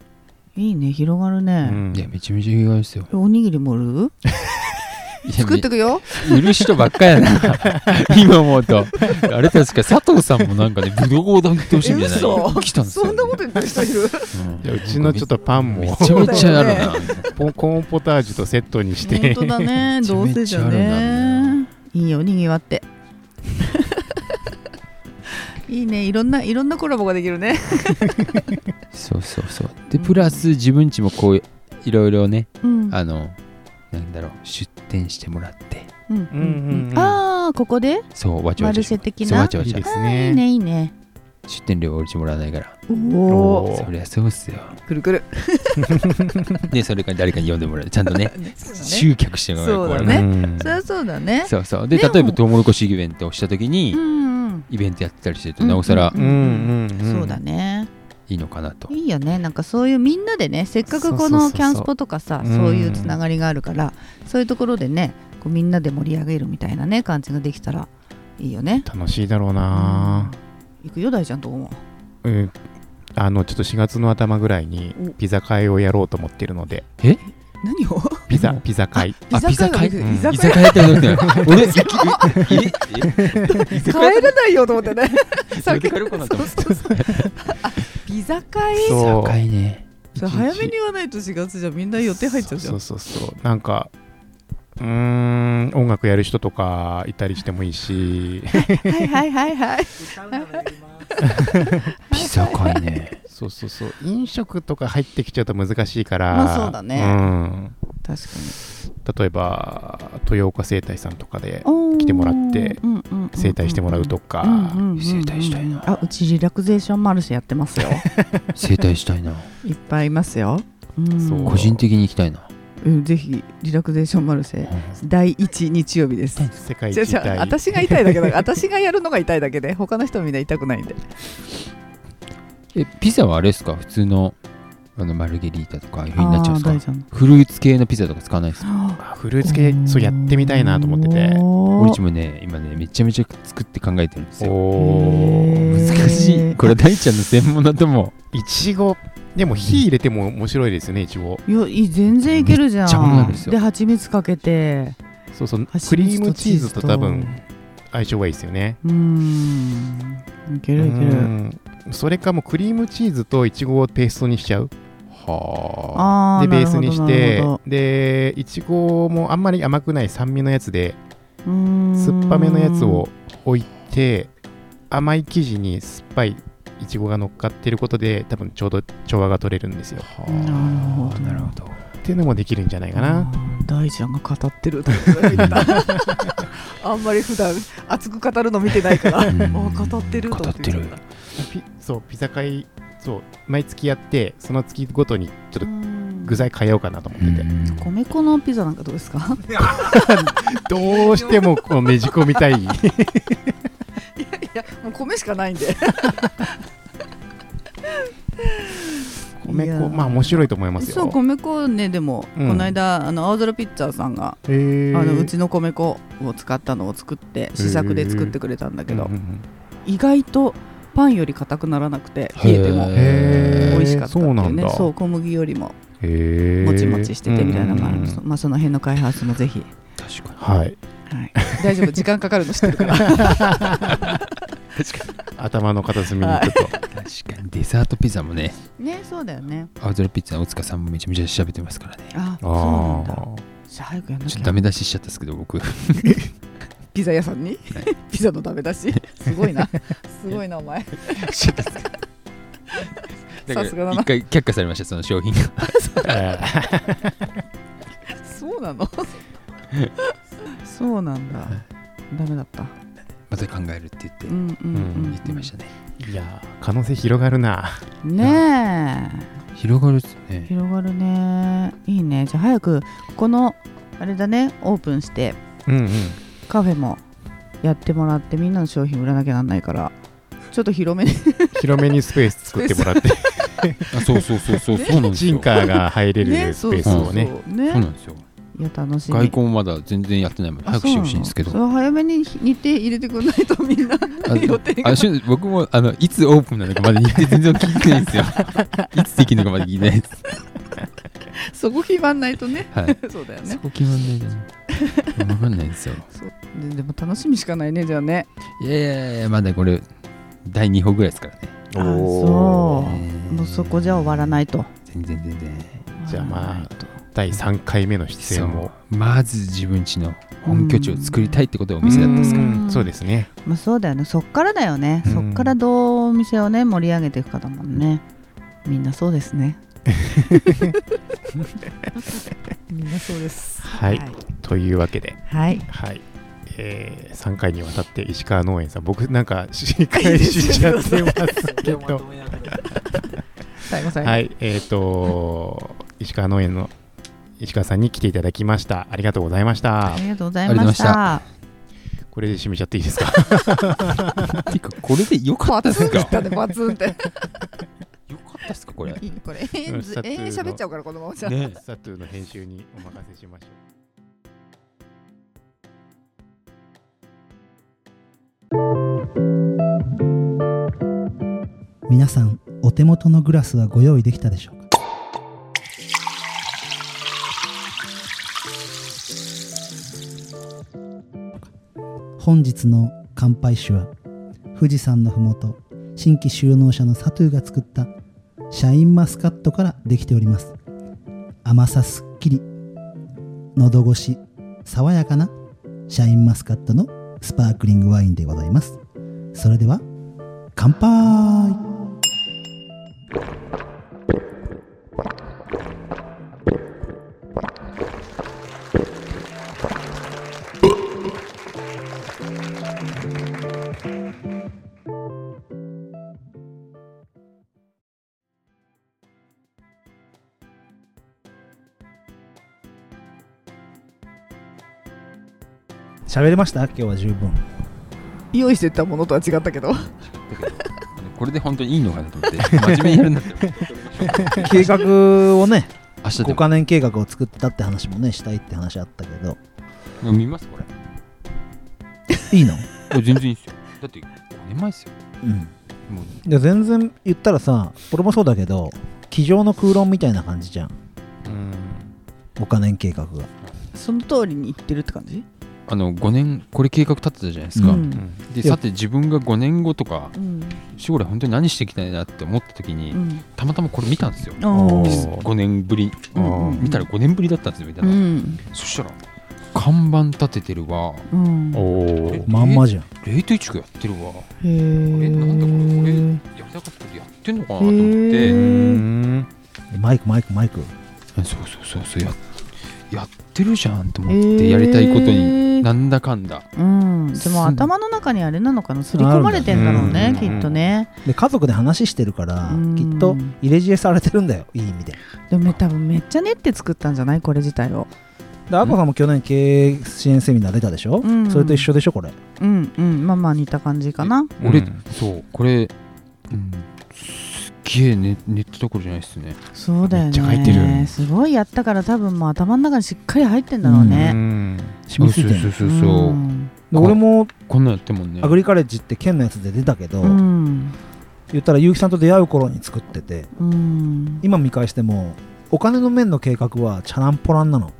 Speaker 2: いいね広がる
Speaker 1: う
Speaker 2: ね、
Speaker 1: ん
Speaker 4: いやめちゃめちゃ意外ですよ
Speaker 2: おにぎりも売る作ってくよ
Speaker 4: 売る人ばっかや
Speaker 1: [laughs]
Speaker 4: な今思うとあれ確か佐藤さんもなんかねブドウをだってほしいみたいな
Speaker 2: 嘘
Speaker 4: 来たんですよ、ね、
Speaker 2: 言ってる人いる
Speaker 4: うん
Speaker 1: いやうちのちょっとパン
Speaker 4: め
Speaker 1: も
Speaker 4: ちゃめちゃあるな、
Speaker 1: ポンコーンポタージュとセットにして
Speaker 2: 本当だ [laughs] ね
Speaker 4: めちゃ
Speaker 2: どうせ
Speaker 4: め
Speaker 2: じ
Speaker 4: ち
Speaker 2: ゃ
Speaker 4: ゃあるんだ
Speaker 2: ねいいよにぎわって [laughs] いいねいろんないろんなコラボができるね
Speaker 4: そうそうそうでプラス自分ちもこういろいろね
Speaker 2: うん
Speaker 4: あのなんだろう出店してもらって
Speaker 2: うん
Speaker 1: う
Speaker 2: うん
Speaker 1: んうん
Speaker 2: ああここで
Speaker 4: そうわちゃ
Speaker 2: マ
Speaker 4: わち
Speaker 2: ル
Speaker 4: ゃし
Speaker 2: シェ的
Speaker 4: そう
Speaker 2: な
Speaker 4: わちゃわ
Speaker 1: いい
Speaker 4: ちゃ
Speaker 1: です
Speaker 2: いい
Speaker 1: ね
Speaker 2: ねいいね
Speaker 4: 出店料はうちもらわないから
Speaker 2: お
Speaker 1: お
Speaker 2: お
Speaker 1: ー
Speaker 4: そりゃそうっすよ
Speaker 2: くるくる
Speaker 4: でそれから誰かに呼んでもらうちゃんとね
Speaker 2: そ
Speaker 4: 集客してもらう
Speaker 2: そうだ
Speaker 1: う
Speaker 2: ね
Speaker 1: ん
Speaker 2: りゃそうだね
Speaker 4: そうそうで
Speaker 2: でも
Speaker 4: 例えばトウモロコシイベントをした時に、
Speaker 2: うんうん
Speaker 4: イベントやってたりしてるとなおさら
Speaker 1: うんうんうん
Speaker 2: そうだね
Speaker 4: いいのかなと、
Speaker 2: いいよねなんかそういうみんなでねせっか
Speaker 1: そう
Speaker 2: くこ
Speaker 1: そうそう
Speaker 2: の
Speaker 1: そう
Speaker 2: キャンスポとかさ
Speaker 1: うん
Speaker 2: そういうつながりがあるからそういうところでねこうみんなで盛り上げるみたいなね感じができたらいいよね
Speaker 1: 楽しいだろうな
Speaker 2: うん行くよ大ちゃんと思う
Speaker 1: うんあのちょっと4月の頭ぐらいに
Speaker 2: お
Speaker 1: ピザ会をやろうと思ってるので
Speaker 2: 何を
Speaker 1: ピザ
Speaker 4: うん
Speaker 1: ピザ会
Speaker 4: あ
Speaker 2: 居酒屋ができる
Speaker 1: ピ
Speaker 2: 居
Speaker 1: ザ
Speaker 4: 居
Speaker 2: 酒
Speaker 4: 酒屋やってるの俺行きええ居酒屋
Speaker 2: 屋帰れないよと思ってね
Speaker 4: 連れて帰ろうかなと思って
Speaker 2: そうそうそうあピザ会
Speaker 1: そう
Speaker 4: 高いね
Speaker 2: それ早めに言わないと4月じゃみんな予定入っちゃうじゃん
Speaker 1: そうそうそうそうなんかうーん音楽やる人とかいたりしてもいい
Speaker 2: [laughs]
Speaker 1: し
Speaker 2: はいはいはいはい
Speaker 3: 歌うならやります
Speaker 4: ピザ高いね
Speaker 1: そうそうそう飲食とか入ってきちゃうと難しいから
Speaker 2: まあそうだね
Speaker 1: うん
Speaker 2: 確かに
Speaker 1: 例えば豊岡生態さんとかで
Speaker 2: おー
Speaker 1: 来てもらって
Speaker 2: うんうんうんうん
Speaker 1: 整体してもらうとか、
Speaker 2: うんうんうんうん
Speaker 4: 整体したいな
Speaker 2: あうちリラクゼーションマルシェやっ
Speaker 1: [laughs]
Speaker 2: てますよ
Speaker 4: 整体したいない
Speaker 2: っぱいいますよ、うん、
Speaker 1: そう
Speaker 4: 個人的に行きたいな
Speaker 2: うんぜひリラクゼーションマルシェ第一日曜日です
Speaker 1: 世界一
Speaker 2: じゃじゃ
Speaker 1: 痛い
Speaker 2: 私が痛いだけだから私がやるのが痛いだけで他の人はみんな痛くないんで
Speaker 4: えピザはあれですか普通のあのマルゲリータとかああいう風になっちゃうん
Speaker 2: あー
Speaker 4: で
Speaker 2: 大
Speaker 4: すか
Speaker 2: ちゃん
Speaker 4: フルーツ系のピザとか使わないですか
Speaker 1: フルーツ系そうやってみたいなと思ってて
Speaker 4: 俺んち
Speaker 2: お
Speaker 4: もね今ねめちゃめちゃ作って考えてるんですよ
Speaker 1: お
Speaker 2: へー
Speaker 4: 難しいこれ大ちゃんの専門だと思う
Speaker 1: いちごでも火入れても面白いですよねいちご
Speaker 2: ーいやいい全然いけるじゃ
Speaker 4: めっちゃうまい
Speaker 2: ん
Speaker 4: ですよ
Speaker 2: で蜂蜜かけて
Speaker 1: そうそうク
Speaker 2: 蜂
Speaker 1: リ
Speaker 2: 蜜
Speaker 1: ー
Speaker 2: と
Speaker 1: ムチーズと多分
Speaker 2: チーズ
Speaker 1: 相性がいいですよね
Speaker 2: うーんいけるいけ
Speaker 1: う
Speaker 2: る
Speaker 1: んそれかもうクリームチーズといちごをペーストにしちゃう
Speaker 4: はあ
Speaker 2: あ
Speaker 1: で
Speaker 2: ー
Speaker 1: ベースにし
Speaker 2: な
Speaker 1: て
Speaker 2: るほどなるほ
Speaker 1: でいちごもあんまり甘くない酸味のやつで
Speaker 2: どうーん
Speaker 1: 酸っぱめのやつを置いて甘い生地に酸っぱいいちごが乗っかってることで多分ちょうど調和が取れるんですよ。
Speaker 2: なるほど
Speaker 4: なるほど。
Speaker 1: っていうのもできるんじゃないかな。
Speaker 2: うん大ちゃんが語ってるとか言った [laughs] あんまり普段熱く語るの見てない [laughs] からあ
Speaker 4: うん
Speaker 2: 語ってると思
Speaker 4: 語ってる
Speaker 1: ピそうピザ会そう毎月やってその月ごとにちょっと具
Speaker 2: 具
Speaker 1: 材変えようかなと思ってて、
Speaker 2: 米粉のピザなんかどうですか
Speaker 1: どうしてもこうねじ込みた
Speaker 2: [laughs]
Speaker 1: い
Speaker 2: いやもう米しかないんで
Speaker 1: 米
Speaker 2: いや
Speaker 1: 粉まあ面白いと思いますよ。
Speaker 2: そう米粉ねでも、
Speaker 1: うん
Speaker 2: この間あの青空ピッツァーさんが
Speaker 1: へー
Speaker 2: あのうちの米粉を使ったのを作って試作で作ってくれたんだけど、
Speaker 1: うんうん
Speaker 2: 意外とパンより硬くならなくて
Speaker 4: へー
Speaker 2: 家でも
Speaker 1: へー
Speaker 2: 美味しかったってい
Speaker 1: そうな
Speaker 2: うんね
Speaker 1: だ
Speaker 2: そう小麦よりも
Speaker 1: へー
Speaker 2: もちもちしててみたいなのがあるんです
Speaker 1: うんうんうん
Speaker 2: まあその辺の開発もぜひ、
Speaker 4: 確かに。
Speaker 1: はい
Speaker 2: はい、大丈夫時間かかるの
Speaker 1: [laughs]
Speaker 2: 知ってるから
Speaker 4: 確かに。
Speaker 1: 頭の片隅にちょっと、
Speaker 4: 確かに。デザートピザもね、
Speaker 2: ねそうだよね
Speaker 4: 青空ピッツァの大塚さんもめちゃめちゃ調べてますからね。
Speaker 2: あそうなんだ
Speaker 1: あ
Speaker 2: じゃあ早くやんな
Speaker 4: ちょ
Speaker 2: き
Speaker 4: っ
Speaker 2: ゃ
Speaker 4: とダメ出ししちゃったんですけど、僕。
Speaker 2: ピザ屋さんに [laughs] ピザのダメ出
Speaker 1: [laughs]
Speaker 2: しすごいなすごいなお前
Speaker 4: か
Speaker 2: さすがだ
Speaker 4: ら
Speaker 2: な
Speaker 4: 一回却下されました、その商品が。
Speaker 1: ー
Speaker 2: そうなの [laughs] そうなんだダメだった
Speaker 4: また考えるって言って
Speaker 2: う、んうん、
Speaker 1: うん
Speaker 2: うん、
Speaker 4: 言ってましたね。
Speaker 1: いやー可能性広がるな
Speaker 2: ねえ
Speaker 4: 広がるっすね。
Speaker 2: 広がるねいいねじゃあ早くこのあれだねオープンして
Speaker 1: うんうん
Speaker 2: カフェもやってもらってみんなの商品売らなきゃなんないからちょっと広めに
Speaker 1: 広めにスペース作ってもらって
Speaker 4: あ、そうそうそうそう、そうなんです
Speaker 1: チ
Speaker 4: よ。
Speaker 1: ンカーが入れるスペースをね
Speaker 2: そう
Speaker 4: そう
Speaker 2: ね
Speaker 4: なんですよ。
Speaker 2: いや楽しみ
Speaker 4: 外交もまだ全然やってないもんで
Speaker 2: あ
Speaker 4: 早くしてほしいんですけ
Speaker 2: そう
Speaker 4: ど。
Speaker 2: なのそれは早めに日程入れてくんないとみんな
Speaker 4: あ
Speaker 2: 予定が
Speaker 4: あしゅん僕もあのいつオープンなのかまだ日程全然聞いてないんです [laughs] よ。いつできるのかまだ聞いてないです。
Speaker 2: そこ決まんないとね
Speaker 4: はい。
Speaker 2: そうだよ
Speaker 4: そ
Speaker 2: ね
Speaker 4: こ決まんないじゃん。わかんないんですよ。
Speaker 2: ででも楽しみしかないねじゃあね
Speaker 4: いやいやいや、まだこれ、第2歩ぐらいですからね。
Speaker 2: あ
Speaker 1: お
Speaker 2: そ
Speaker 1: ー
Speaker 2: うもうそこじゃ終わらないと
Speaker 4: 全然全然。
Speaker 1: じゃあまあ
Speaker 2: 終わらないと
Speaker 1: 第3回目の出
Speaker 4: そ
Speaker 1: 演を
Speaker 4: う。まず自分家の本拠地を作りたいってことがお店だったんですか
Speaker 2: う
Speaker 4: ら。
Speaker 2: ん
Speaker 1: そうですね
Speaker 2: まあそうだよねそっからだよね、
Speaker 1: うん
Speaker 2: そっからどうお店をね盛り上げていくかだもんねみんなそうですね [laughs] みんなそうです
Speaker 1: はい
Speaker 2: はい、
Speaker 1: というわけで
Speaker 2: はい
Speaker 1: はいえー、3回にわたって石川農園さん僕なんか司会しちゃってますけ
Speaker 3: ま
Speaker 1: ど
Speaker 3: とめながら
Speaker 2: 最後最後
Speaker 1: はいえっ、ー、と石川農園の石川さんに来ていただきましたありがとうございました
Speaker 2: ありがとうございました
Speaker 1: これで締めちゃっていいですか
Speaker 4: てか、これでよか
Speaker 2: バ
Speaker 4: ったで
Speaker 2: ツン
Speaker 4: す
Speaker 2: って
Speaker 4: か
Speaker 2: 言った
Speaker 1: [laughs]
Speaker 2: ねバツンって
Speaker 4: よかったですか、これ。
Speaker 2: いいこれ永遠ず
Speaker 1: うん
Speaker 2: 永遠喋っちゃうからこのままじゃ
Speaker 4: ね
Speaker 1: サトゥーの編集にお任せしましょう。
Speaker 5: 皆さんお手元のグラスはご用意できたでしょうか本日の乾杯酒は富士山のふもと新規収納者のサトゥーが作ったシャインマスカットからできております甘さすっきり喉越し爽やかなシャインマスカットのスパークリングワインでございますそれでは乾杯喋れました今日は十分
Speaker 2: 用意してたものとは違ったけど
Speaker 4: これで本当にいいのかなと思って、真面目にやるんだって。
Speaker 5: 計
Speaker 3: [laughs]
Speaker 5: 画をね
Speaker 4: 明日で
Speaker 5: 5
Speaker 4: も
Speaker 5: カ年計画を作ったって話もねしたいって話あったけど
Speaker 4: 見ます、これ。
Speaker 5: いいの
Speaker 4: いや全然いいですよ。だって、5年前ですよ。
Speaker 5: うん
Speaker 4: もう
Speaker 5: で全然言ったらさ俺もそうだけど机上の空論みたいな感じじゃん5カ年計画が
Speaker 2: その通りに言ってるって感じ
Speaker 4: あの5年これ計画立ってたじゃないですか、
Speaker 5: うん
Speaker 4: で
Speaker 5: いや
Speaker 4: さて自分が5年後とか
Speaker 2: うん
Speaker 4: 将来本当に何していきたいなって思った時に、
Speaker 2: うん
Speaker 4: たまたまこれ見たんですよ
Speaker 2: おー
Speaker 4: 5年ぶり
Speaker 2: うんうんうん
Speaker 4: 見たら5年ぶりだったんですよみたいな、
Speaker 2: うん
Speaker 4: そしたら看板立ててるわ
Speaker 2: うん、へ
Speaker 1: おー
Speaker 4: え
Speaker 5: まんまじゃん
Speaker 4: 冷凍地区やってるわえ
Speaker 2: え
Speaker 4: なんだこれこれやりたかったけどやってんのかなと思って、
Speaker 2: へ
Speaker 1: う
Speaker 2: ー
Speaker 1: ん
Speaker 5: マイクマイクマイク
Speaker 4: そうそうそうそうややってるじゃんと思っ
Speaker 2: へ
Speaker 4: て
Speaker 2: ー
Speaker 4: やりたいことになんだかんだ、
Speaker 2: うん、でも頭の中にあれなのかな刷り込まれてんだろうね
Speaker 1: あ
Speaker 2: き
Speaker 1: るんだ
Speaker 2: っとね
Speaker 5: で家族で話してるから
Speaker 2: うん
Speaker 5: きっと入れ知恵されてるんだよいい意味で
Speaker 2: でも多分めっちゃ練って作ったんじゃないこれ自体を
Speaker 5: でアッコさんも去年経営支援セミナー出たでしょ、
Speaker 2: うん
Speaker 5: それと一緒でしょこれ
Speaker 2: うんうんまあまあ似た感じかな
Speaker 4: 俺
Speaker 1: うん
Speaker 4: そうこれ、うん、すっげえ寝寝てた頃じゃないっすね
Speaker 2: そうだよ
Speaker 1: めっちゃ入って
Speaker 2: ね
Speaker 1: る
Speaker 2: すごいやったから多分もう頭の中にしっかり入ってんだろう
Speaker 1: う
Speaker 2: ね
Speaker 1: ん
Speaker 5: 染みついて
Speaker 4: そ
Speaker 5: る
Speaker 4: うそうそうそう、
Speaker 2: ん
Speaker 5: で俺も
Speaker 4: こんなんやってもんね
Speaker 5: アグリカレッジって県のやつで出たけど、
Speaker 2: うん
Speaker 5: 言ったら結城さんと出会う頃に作ってて
Speaker 2: うん
Speaker 5: 今見返してもお金の面の計画はチャランポランなの、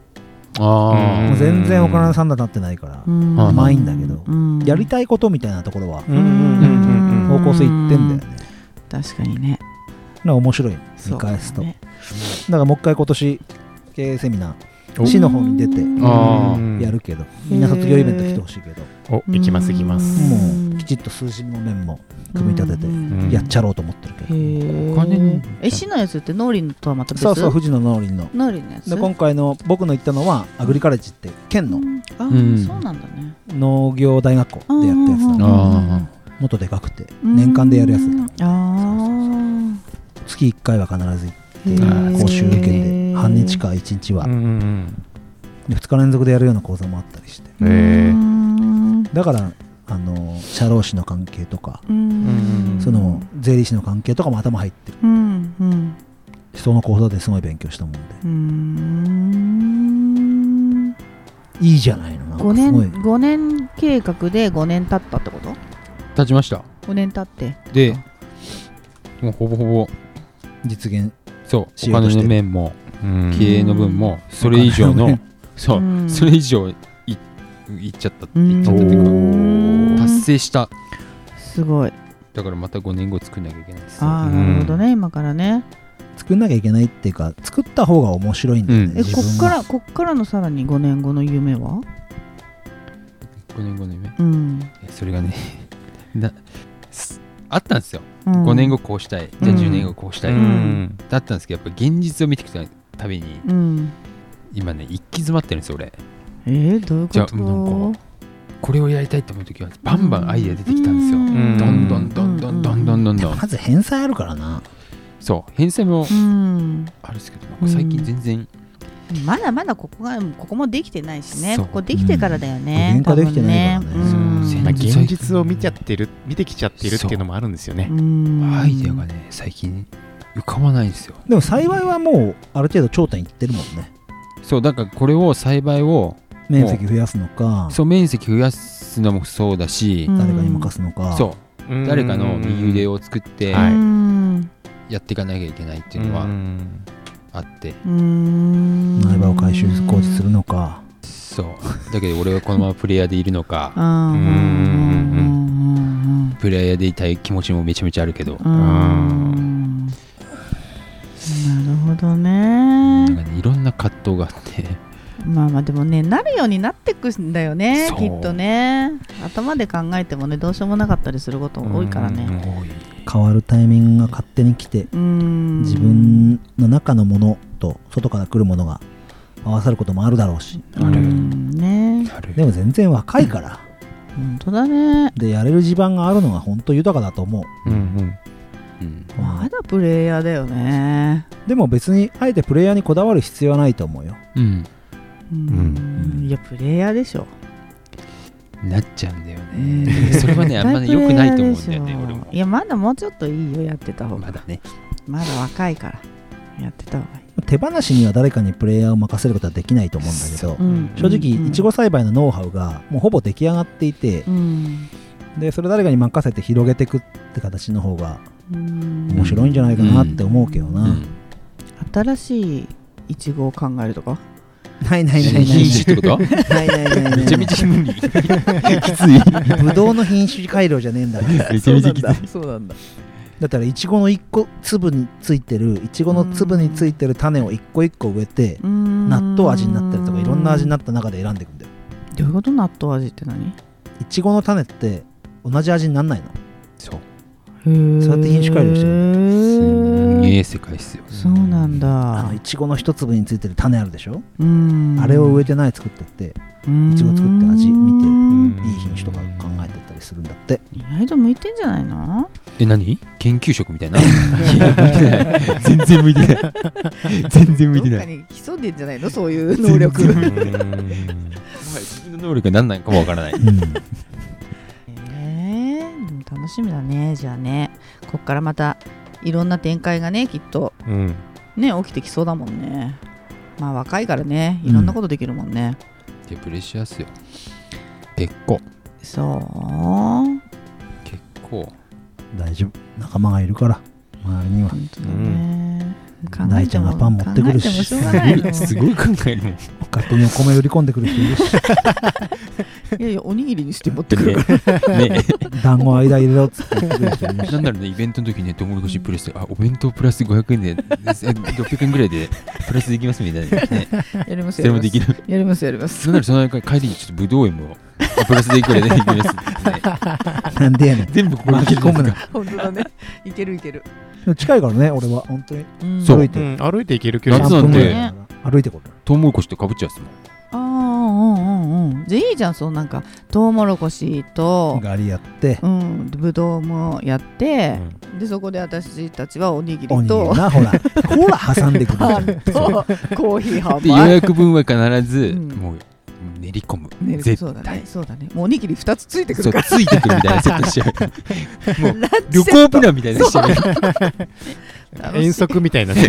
Speaker 1: うん
Speaker 5: も
Speaker 4: あ
Speaker 5: う全然お金の算段立ってないから、
Speaker 2: うん
Speaker 4: うま
Speaker 5: いんだけど
Speaker 2: うん
Speaker 5: やりたいことみたいなところは
Speaker 1: うんうんうんうん
Speaker 5: 方向性いってんだよね、
Speaker 2: 確かにね
Speaker 5: なんか面白い見
Speaker 2: そうだ
Speaker 5: 返すとだ,、
Speaker 2: ね
Speaker 5: からもう一回今年経営セミナ
Speaker 1: お
Speaker 5: ー市の方に出て
Speaker 2: うん
Speaker 1: あー
Speaker 5: やるけどみんな卒業イベント来てほしいけど
Speaker 1: お行きます行きます
Speaker 2: うん
Speaker 5: もうきちっと数字の面も組み立てて
Speaker 2: うん
Speaker 5: やっちゃろうと思ってるけど、
Speaker 2: へ
Speaker 4: お金に
Speaker 2: ええ市のやつって農林とはまた別
Speaker 5: そうそう富士の農林の
Speaker 2: 農林のやつ
Speaker 5: で今回の僕の行ったのはアグリカレッジって県の
Speaker 2: うんあ
Speaker 4: うん
Speaker 2: そうなんだね
Speaker 5: 農業大学校でやったやつな
Speaker 2: うん
Speaker 5: の
Speaker 4: あ
Speaker 5: もっとでかくて年間でやるやつ
Speaker 2: うんあ
Speaker 5: 月1回は必ず行
Speaker 2: ーへ
Speaker 5: っ
Speaker 2: ー
Speaker 5: て講習受けて半日か1日は
Speaker 1: うんうん
Speaker 5: 2日連続でやるような講座もあったりして
Speaker 1: うん
Speaker 2: う
Speaker 1: え
Speaker 2: ん
Speaker 5: だからあの社労士の関係とか
Speaker 2: うん
Speaker 5: その税理士の関係とかも頭入ってる
Speaker 2: うんうん
Speaker 5: 人の講座ですごい勉強したもんで
Speaker 2: うん
Speaker 5: いいじゃないのなん
Speaker 2: 5
Speaker 5: かすごい
Speaker 2: 年五年計画で5年経ったってこと
Speaker 4: ー立ちました
Speaker 2: 5年経って
Speaker 4: でもうほぼほぼ
Speaker 5: 実現
Speaker 4: そう
Speaker 5: し
Speaker 4: お
Speaker 5: ようとし
Speaker 4: 金の
Speaker 5: て
Speaker 4: 面も
Speaker 1: うん
Speaker 4: 経営の分もそれ以上
Speaker 5: お金の
Speaker 4: のそううんそれ以上いいっちゃったって言っちゃったっていう
Speaker 2: うん
Speaker 4: か達成した
Speaker 2: すごい
Speaker 4: だからまた5年後作んなきゃいけないです
Speaker 2: ああ
Speaker 1: うん
Speaker 2: なるほどね今からね
Speaker 5: 作んなきゃいけないっていうか作った方が面白いんだよね、
Speaker 4: うん
Speaker 2: え
Speaker 5: 自
Speaker 2: こ
Speaker 5: 分
Speaker 2: っ
Speaker 5: が
Speaker 2: からこっからのさらに5年後の夢は
Speaker 4: 5年後の夢
Speaker 2: うん
Speaker 4: いやそれがねなすあったんですよ、
Speaker 2: うん
Speaker 4: 5年後こうしたいじゃあ10年後こうしたい、
Speaker 1: うん
Speaker 4: だったんですけどやっぱ現実を見てきたたびに
Speaker 2: うん
Speaker 4: 今ね一気詰まってるんですよ俺
Speaker 2: えー、どういう
Speaker 4: じゃ
Speaker 2: こ
Speaker 4: あもうなん
Speaker 2: と
Speaker 4: これをやりたいと思う時はバンバンアイデア出てきたんですよ、
Speaker 1: ん
Speaker 4: どんどんどんどんどんどんどん
Speaker 5: で
Speaker 4: ど
Speaker 5: も
Speaker 4: ん
Speaker 5: まず返済あるからな
Speaker 4: そう返済も
Speaker 2: うん
Speaker 4: あるんですけどなんか最近全然
Speaker 2: まだまだここがここもできてないしね
Speaker 4: そ
Speaker 2: こ
Speaker 4: う
Speaker 2: こできてからだよね、
Speaker 5: うん
Speaker 2: 多分
Speaker 5: 限界できてないからね
Speaker 2: うん
Speaker 4: そう
Speaker 1: まあ現実を見ちゃってる見てきちゃってるっていうのもあるんですよね
Speaker 2: うん
Speaker 4: アイデアがね最近浮かばないんですよ
Speaker 5: でも幸いはもうある程度頂点いってるもんね
Speaker 4: そうだからこれを栽培を
Speaker 5: 面積増やすのか
Speaker 4: そう面積増やすのもそうだし、
Speaker 2: うん
Speaker 5: 誰かに任すのか、
Speaker 4: そう誰かの右腕
Speaker 1: を
Speaker 4: を作って
Speaker 1: はい
Speaker 2: うん
Speaker 4: やっていかなきゃいけないっていうのはあって、
Speaker 2: うん
Speaker 5: 苗場を回収工事するのか
Speaker 4: そうだけど俺はこのままプレイヤーでいるの
Speaker 2: う
Speaker 4: か
Speaker 2: んうん
Speaker 4: プレイヤーでいたい気持ちもめちゃめちゃあるけど、
Speaker 2: うんうんうんなるほどね
Speaker 4: なんかねいろんな葛藤があって
Speaker 2: まあまあでもねなるようになってくんだよね
Speaker 4: そう
Speaker 2: きっとね頭で考えてもねどうしようもなかったりすること多いからね
Speaker 5: 変わるタイミングが勝手に来て
Speaker 2: うん
Speaker 5: 自分の中のものと外から来るものが合わさることもあるだろうし
Speaker 4: ある
Speaker 2: うんね
Speaker 4: ある
Speaker 5: でも全然若いから、
Speaker 2: 本当だね
Speaker 5: でやれる地盤があるのが本当豊かだと思う、
Speaker 1: うん
Speaker 4: うん
Speaker 2: まだプレイヤーだよね
Speaker 5: でも別にあえてプレイヤーにこだわる必要はないと思うよ
Speaker 4: うん
Speaker 2: うんいやプレイヤーでしょ
Speaker 4: なっちゃうんだよ
Speaker 2: う
Speaker 4: ね
Speaker 2: ん
Speaker 4: それはねあんまり良くないと思うんだよ
Speaker 2: プレイ
Speaker 4: ね
Speaker 2: ヤーで
Speaker 4: 俺
Speaker 2: しょ
Speaker 4: も
Speaker 2: いやまだもうちょっといいよやってた方が
Speaker 4: まだね
Speaker 2: まだ若いからやってた方がいい
Speaker 5: 手放しには誰かにプレイヤーを任せることはできないと思うんだけど
Speaker 2: うん
Speaker 5: 正直いち
Speaker 2: う
Speaker 5: ご栽培のノウハウがもうほぼ出来上がっていて
Speaker 2: ん
Speaker 5: でそれ誰かに任せて広げていくって形の方が
Speaker 2: うん
Speaker 5: 面白いんじゃないかなって思うけどな、
Speaker 4: うん
Speaker 2: 新しいいちごを考える
Speaker 5: [laughs]
Speaker 2: とか
Speaker 5: ないないないな
Speaker 4: [laughs]
Speaker 5: い
Speaker 4: 品種ってこと
Speaker 5: ないないないない
Speaker 4: めちゃめちゃ無理きつい
Speaker 5: ぶどうの品種改良じゃねえんだから
Speaker 4: めちゃめちゃきつい
Speaker 2: そうなんだ
Speaker 5: だったらいちごの1個粒についてるいちごの粒についてる種を1個1個植えて
Speaker 2: 納
Speaker 5: 納豆味になったりとかいろんな味になった中で選んでいくんだよ
Speaker 2: どういうこと納豆味って何へ
Speaker 5: いちごの種って同じ味になんないの
Speaker 4: そう
Speaker 2: え
Speaker 5: そうやって品種改良してる
Speaker 4: すんげ
Speaker 2: る
Speaker 4: え世界っすよ
Speaker 2: そうなん
Speaker 5: あ
Speaker 2: だ
Speaker 5: のいちごの一粒についてる種あるでしょ、
Speaker 2: うん
Speaker 5: あれを植えてない作ってって
Speaker 2: い
Speaker 5: いちご作って味見て
Speaker 1: うん
Speaker 5: いい品種とか考えてったりするんだって
Speaker 2: 意外と向いてんじゃないの
Speaker 4: え何研究職
Speaker 2: [laughs]
Speaker 4: みたいないや向いてない全然向いてない全然
Speaker 2: ど
Speaker 4: 向いて
Speaker 2: っ
Speaker 4: な
Speaker 2: か
Speaker 4: い
Speaker 2: に潜んでんじゃないのそういう能力
Speaker 1: う
Speaker 2: へ
Speaker 1: ん
Speaker 4: もはや自分の能力が何なのかもわからない
Speaker 2: えでも楽しみだねじゃあねこっからまたいろんな展開がねきっと
Speaker 1: うん
Speaker 2: ね起きてきそうだもんねまあ若いからねいろんなことできるもんね、
Speaker 4: でプレシアスよ結構
Speaker 2: そう
Speaker 4: 結構
Speaker 5: 大丈夫仲間がいるから周りには
Speaker 2: 本当だね。考えても
Speaker 5: 大ちゃんがパン持ってくるし
Speaker 2: 考えてもしょうがないの
Speaker 5: [laughs]
Speaker 4: すごい考えるもん
Speaker 5: 勝手にお米売り込んでくる人い
Speaker 2: [laughs]
Speaker 5: るし
Speaker 2: いやいや、おにぎりにして持ってくるから。
Speaker 4: ね
Speaker 5: 団子間入れろっつって言ってくる人いる
Speaker 4: [laughs]
Speaker 5: し
Speaker 4: なんだろうねイベントの時ねトウモロコシプレスあお弁当プラス500円でえ600円ぐらいでプラスできますみたいな [laughs] ね
Speaker 2: やります
Speaker 4: そ
Speaker 2: やり
Speaker 4: れも
Speaker 2: ま
Speaker 4: ですきる
Speaker 2: やります、やりま
Speaker 4: そ
Speaker 2: す。
Speaker 4: んならその間帰りにちょっとブドウ園もプラスでいくら [laughs] でできますってね
Speaker 5: なんでやねん
Speaker 4: 全部これできるんですか
Speaker 2: [laughs] 本当だね。いけるいける。
Speaker 5: でも近いからね俺は本当に
Speaker 2: うん
Speaker 4: そう
Speaker 5: 歩いて
Speaker 1: うん歩いていける距
Speaker 4: 夏
Speaker 1: 離
Speaker 4: なん
Speaker 5: 3分ぐら
Speaker 4: て
Speaker 5: いだから歩いてこる
Speaker 4: トウモロコシとかぶっちゃうっすもん
Speaker 2: ああ、うんうんうん。じゃあいいじゃん、そのなんか、トウモロコシと、
Speaker 5: ガリやって
Speaker 2: うん、ぶどうもやって、
Speaker 1: うん
Speaker 2: で、そこで私たちはおにぎり
Speaker 5: おにぎ
Speaker 2: [laughs]
Speaker 5: り
Speaker 2: と、
Speaker 5: なほらほら挟んでくるじ
Speaker 2: パ
Speaker 5: ゃ
Speaker 2: ン
Speaker 5: ん
Speaker 2: と、コーヒー
Speaker 4: で
Speaker 2: 販
Speaker 4: 予
Speaker 2: 売。
Speaker 4: 約分は必ず
Speaker 2: うん
Speaker 4: もう練り込む
Speaker 2: ね
Speaker 4: 絶
Speaker 2: そうだ
Speaker 4: 対
Speaker 2: ね、そうだね。もうおにぎり2つついてくる
Speaker 4: そう
Speaker 2: から。
Speaker 4: ついてくるみ [laughs] たいなセットしちゃうもう
Speaker 2: ラン
Speaker 4: 旅
Speaker 2: チセッ
Speaker 4: 行
Speaker 2: ト
Speaker 4: プランみたいなしちゃう
Speaker 2: 楽しい
Speaker 1: 遠足みたいなね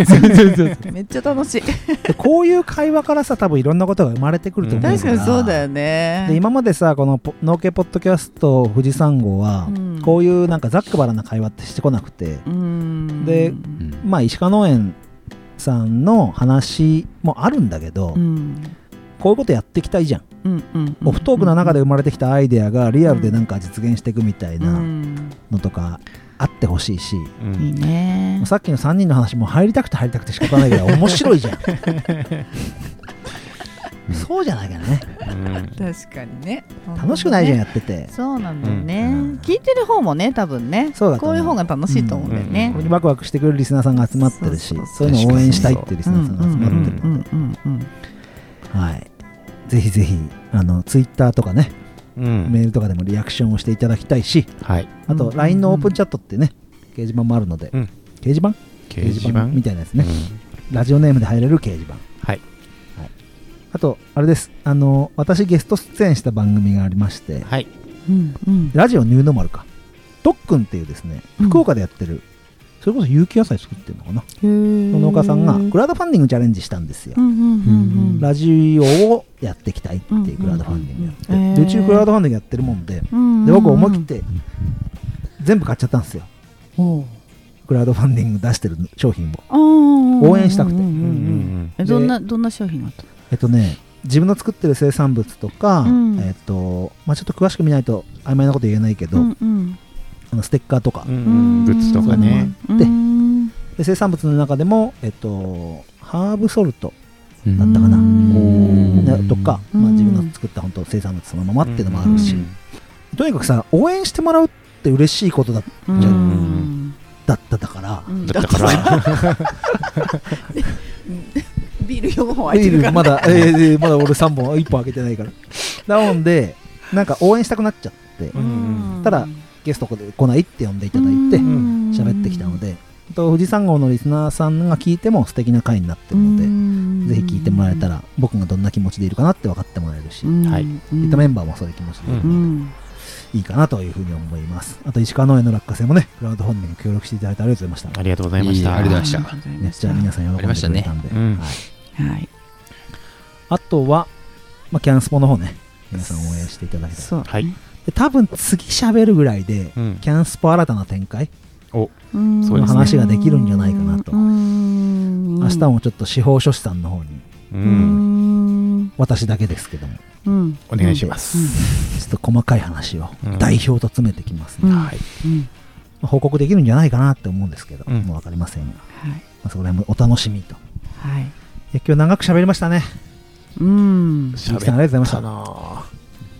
Speaker 2: めっちゃ楽しい。
Speaker 5: でこういう会話からさ多分いろんなことが生まれてくると思うから
Speaker 2: 確かにそうだよね。
Speaker 5: で今までさこのポ農家ポッドキャスト富士山号は、
Speaker 2: うん
Speaker 5: こういうなんかざっくばらんな会話ってしてこなくて、
Speaker 2: うん
Speaker 5: で
Speaker 4: うん
Speaker 5: まあ石川農園さんの話もあるんだけど、
Speaker 2: うん
Speaker 5: こういうことやっていきたいじゃん、
Speaker 2: うんうん
Speaker 5: オフトークの中で生まれてきたアイデアがリアルでなんか実現していくみたい
Speaker 2: うんう
Speaker 5: なんのとかあってほしいし、
Speaker 1: う
Speaker 2: いい
Speaker 1: ん
Speaker 2: ね。
Speaker 5: さっきの3人の話も入りたくて入りたくて仕方ないけど面白いじゃんそうじゃないからね
Speaker 1: うん
Speaker 2: 確かにね。
Speaker 5: 楽しくないじゃん
Speaker 2: ん。
Speaker 5: やってて
Speaker 2: そうなんだよね
Speaker 5: うん。
Speaker 2: 聞いてる方もね、多分ね。
Speaker 5: そうだと
Speaker 2: こ
Speaker 5: 思
Speaker 2: う
Speaker 5: う
Speaker 2: いう方が楽しいと思うんだよね
Speaker 5: ここ。にワクワクしてくれるリスナーさんが集まってるし
Speaker 2: そう
Speaker 5: そ
Speaker 2: そうう
Speaker 4: そう
Speaker 5: いうのを応援したいっていうリスナーさんが集まってる
Speaker 2: うんう
Speaker 5: の
Speaker 2: ん
Speaker 5: で、
Speaker 2: うんうん
Speaker 5: はい、ぜひぜひあのツイッターとかね、
Speaker 1: うん
Speaker 5: メールとかでもリアクションをしていただきたいし
Speaker 1: はい
Speaker 5: あ
Speaker 2: う
Speaker 5: と
Speaker 2: ん
Speaker 5: LINE のオープンチャットってね掲示板もあるので、
Speaker 1: うん
Speaker 5: 掲示板
Speaker 1: 掲示板
Speaker 5: みたいなやつね、
Speaker 1: うん
Speaker 5: ラジオネームで入れる掲示板
Speaker 1: はい
Speaker 5: あとあれですあの私ゲスト出演した番組がありまして
Speaker 1: はい
Speaker 2: うんうん。
Speaker 5: ラジオニューノーマルかとっくんっていうですね
Speaker 2: うん
Speaker 5: 福岡でやってる、それこそ有機野菜作ってるのかな、
Speaker 2: そ
Speaker 5: その農家さんが
Speaker 2: うん
Speaker 5: クラウドファンディングチャレンジしたんですよ、
Speaker 2: うんうんうん。
Speaker 5: ラジオをやっていきたいっていうクラウドファンディングやって、
Speaker 2: うんうんうんうん
Speaker 5: でうちクラウドファンディングやってるもんでで
Speaker 2: うん
Speaker 5: 僕思い切っ。て全部買っちゃったんですよ
Speaker 2: おう
Speaker 5: クラウドファンディング出してる商品を
Speaker 2: あー
Speaker 5: 応援したくて
Speaker 2: うんう
Speaker 1: う
Speaker 2: んうん
Speaker 1: ん
Speaker 2: えどんなどんな商品だった？
Speaker 5: えっとね自分の作ってる生産物とか、
Speaker 2: うん
Speaker 5: えっとまあ、ちょっと詳しく見ないと曖昧なこと言えないけど、
Speaker 2: うんうん
Speaker 5: あのステッカーとか、
Speaker 1: うんうんグッズとかね
Speaker 2: うん
Speaker 5: で
Speaker 2: うん
Speaker 5: で生産物の中でも、えっと、ハーブソルト
Speaker 4: うん
Speaker 5: だったかな
Speaker 2: うん
Speaker 5: なとか、
Speaker 2: うん
Speaker 5: まあ、自分の作った本当生産物そのままっていうのもあるし、
Speaker 2: うん
Speaker 5: とにかくさ応援してもらうって嬉しいことだ
Speaker 2: う
Speaker 1: じゃあうん
Speaker 5: だっただから、
Speaker 2: うん
Speaker 1: だったから
Speaker 2: ビール4本開いて
Speaker 5: ビ
Speaker 2: るか
Speaker 5: ール
Speaker 2: ら
Speaker 5: まだ、えーまだ俺3本1本開けてないから [laughs] なのでなんか応援したくなっちゃって、
Speaker 1: うんうん
Speaker 5: ただゲストで来ないって呼んでいただいて喋ってきたので、あと富士山号のリスナーさんが聞いても素敵な回になってるので、ぜひ聞いてもらえた
Speaker 2: ら、
Speaker 5: ら僕がどんな気持ちでいるかなって分かってもらえるし、
Speaker 1: はい
Speaker 5: 言ったメンバーもそういう気持ち
Speaker 1: う
Speaker 5: で
Speaker 1: ん
Speaker 5: いいかなというふうに思います、あと石川農園の落花生もねクラウドファンディング協力していただいてありがとうございました
Speaker 1: ありがとうございまし
Speaker 4: いい
Speaker 1: た
Speaker 4: ありがとうございました
Speaker 5: めっちゃ皆さん喜んでくれたんで
Speaker 1: ありましたねうん
Speaker 5: はい、
Speaker 2: んはい
Speaker 5: あとは、まあ、キャンスポの方ね皆さん応援していただきたい
Speaker 2: そう
Speaker 1: はい
Speaker 5: で多分次喋るぐらいで、
Speaker 1: うん
Speaker 5: キャンスポ新たな展開
Speaker 2: うん
Speaker 1: そうですね
Speaker 5: 話ができるんじゃないかなと
Speaker 2: うん
Speaker 5: 明日もちょっと司法書士さんの方に
Speaker 1: う
Speaker 2: うんん
Speaker 5: 私だけですけども
Speaker 2: うん
Speaker 1: お願いします
Speaker 5: ちょっと細かい話を
Speaker 1: うん
Speaker 5: 代表と詰めてきます
Speaker 2: う
Speaker 5: ね、
Speaker 2: ん
Speaker 1: はい
Speaker 2: うん
Speaker 5: まあ報告できるんじゃないかなって思うんですけど、
Speaker 1: うん
Speaker 5: もう分かりませんが、ま
Speaker 2: はい
Speaker 5: あ、そこら辺もお楽しみとい
Speaker 2: はい
Speaker 5: や今日長く喋りましたね
Speaker 2: うん
Speaker 5: 鈴木さんありがとうございました
Speaker 1: な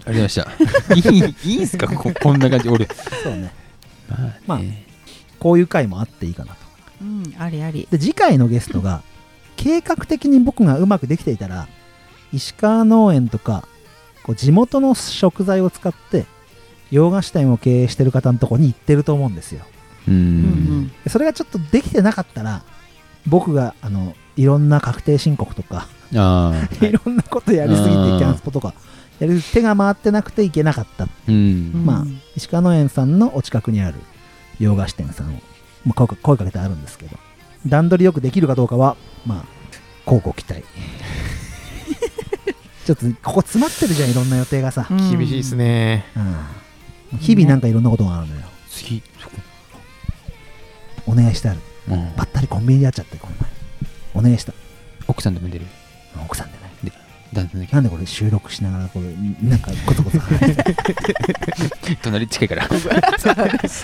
Speaker 4: ありがとうございました。いい、いいんすかこ、こんな感じ。俺。
Speaker 5: そうね
Speaker 4: まあね、
Speaker 5: まあこういう回もあっていいかなと
Speaker 2: うんありあり
Speaker 5: で次回のゲストが計画的に僕がうまくできていたら石川農園とかこう地元の食材を使って洋菓子店を経営してる方のとこに行ってると思うんですよ
Speaker 4: う
Speaker 2: うんん。
Speaker 5: でそれがちょっとできてなかったら僕があのいろんな確定申告とか、
Speaker 4: ああ。
Speaker 5: い、ろんなことやりすぎてキ
Speaker 4: うん
Speaker 5: ャンスポとかやる手が回ってなくていけなかった
Speaker 4: うん。
Speaker 5: まあ
Speaker 2: うん
Speaker 5: 石川農園さんのお近くにある洋菓子店さんを、まあ、声か声かけてあるんですけど段取りよくできるかどうかはまあ乞うご期待 [laughs] ちょっとここ詰まってるじゃんいろんな予定がさ、
Speaker 2: うん
Speaker 1: 厳しいですね。
Speaker 5: うん、日々なんかいろんなことがあるのよ
Speaker 4: 次、そこ。
Speaker 5: お願いしてある
Speaker 4: うん
Speaker 5: ばったりコンビニで会っちゃってこの前お願いした
Speaker 4: 奥さんとも出る。
Speaker 5: 奥さんでね
Speaker 4: 旦那だけ
Speaker 5: なんでこれ収録しながらこれなんかコツコツ話して
Speaker 4: 隣近いから。
Speaker 5: そう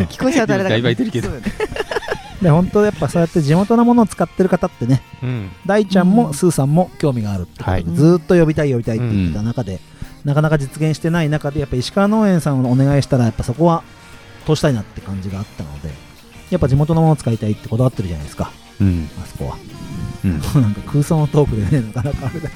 Speaker 2: 聞こえちゃうとあれだから
Speaker 4: だいぶ空いてるけど
Speaker 2: そうだね
Speaker 5: [laughs] で本当やっぱそうやって地元のものを使ってる方ってね
Speaker 1: うん。
Speaker 5: 大ちゃん
Speaker 2: う
Speaker 5: も
Speaker 2: ん
Speaker 5: スーさんも興味があるってこと
Speaker 1: は
Speaker 5: で、
Speaker 1: い
Speaker 5: ずーっと呼びたい呼びたいって言ってた中で、なかなか実現してない中でやっぱ石川農園さんをお願いしたらやっぱそこは通したいなって感じがあったのでやっぱ地元のものを使いたいってこだわってるじゃないですか
Speaker 4: うん。
Speaker 5: あそこは [laughs]
Speaker 4: う
Speaker 5: なんか空想のトークでねなかなかあれだ
Speaker 4: ん。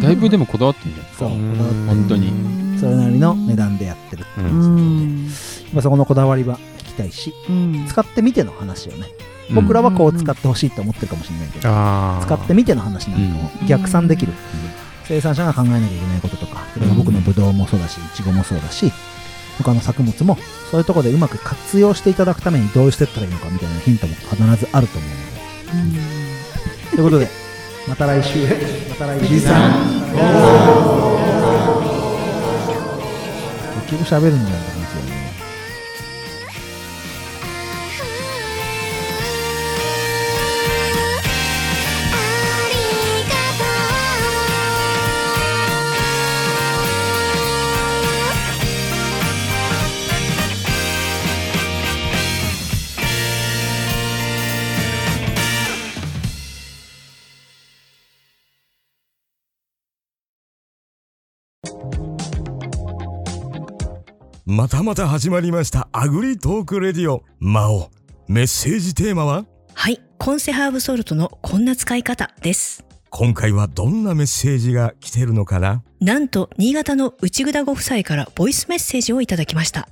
Speaker 4: だいぶでもこだわってんじゃん。
Speaker 5: そう
Speaker 1: う
Speaker 5: こ
Speaker 1: ん
Speaker 5: だわって
Speaker 4: 本当に
Speaker 5: それなりの値段でやってる
Speaker 1: う。
Speaker 2: うんん
Speaker 5: まあそこのこだわりは聞きたいし
Speaker 2: うん
Speaker 5: 使ってみての話をね僕らはこ
Speaker 2: うんう
Speaker 5: う
Speaker 2: んうん
Speaker 5: 使ってほしいと思ってるかもしれないけど、
Speaker 1: ああ。
Speaker 5: 使ってみての話なんか
Speaker 2: う
Speaker 5: を
Speaker 2: ん
Speaker 5: 逆算できる、生産者が考えなきゃいけないこととかそれが僕のブドウもそうだしイチゴもそうだし他の作物もそういうところでうまく活用していただくためにどうしていったらいいのかみたいなヒントも必ずあると思うのでということでまた来週また来週さん結局喋るんじゃんって話だよね
Speaker 6: ありがとう」
Speaker 7: またまた始まりましたアグリトークレディオ魔王メッセージテーマは
Speaker 8: はい、コンセハーブソルトのこんな使い方です。
Speaker 7: 今回はどんなメッセージが来てるのかな
Speaker 8: なんと、新潟の内ぐだご夫妻からボイスメッセージをいただきました。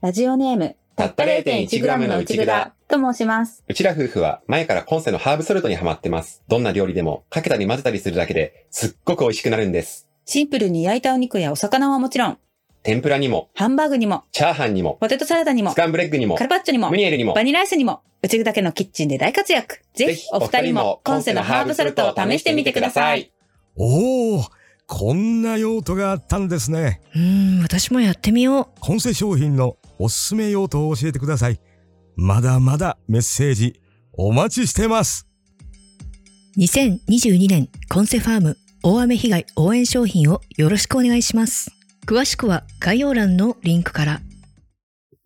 Speaker 9: ラジオネーム、
Speaker 10: たった 0.1g の内ぐだ。
Speaker 9: と申します。
Speaker 10: うちら夫婦は前からコンセのハーブソルトにハマってます。どんな料理でもかけたり混ぜたりするだけですっごく美味しくなるんです。
Speaker 9: シンプルに焼いたお肉やお魚はもちろん、
Speaker 10: 天ぷらにも、
Speaker 9: ハンバーグにも、
Speaker 10: チャーハンにも、
Speaker 9: ポテトサラダにも
Speaker 10: ス、カンブレッグにも
Speaker 9: カ、ルパッチョにも
Speaker 10: ム、ニエルにも
Speaker 9: バ、ニラアイスにも、うちぐだけのキッチンで大活躍。ぜ
Speaker 10: ぜ
Speaker 9: ひ
Speaker 10: ひ、
Speaker 9: お二人も、
Speaker 10: お
Speaker 9: コ
Speaker 10: 二人も
Speaker 9: ンセのハーブソルトを試してみてください。
Speaker 7: おおこんな用途があったんですね
Speaker 8: うーん、私もやってみよう。
Speaker 7: コンセ商品のおすすめ用途を教えてくださいまだまだメッセージお待ちしてます
Speaker 8: 2022年、コンセファーム大雨被害応援商品をよろしくお願いします。詳しくは概要欄のリンクから。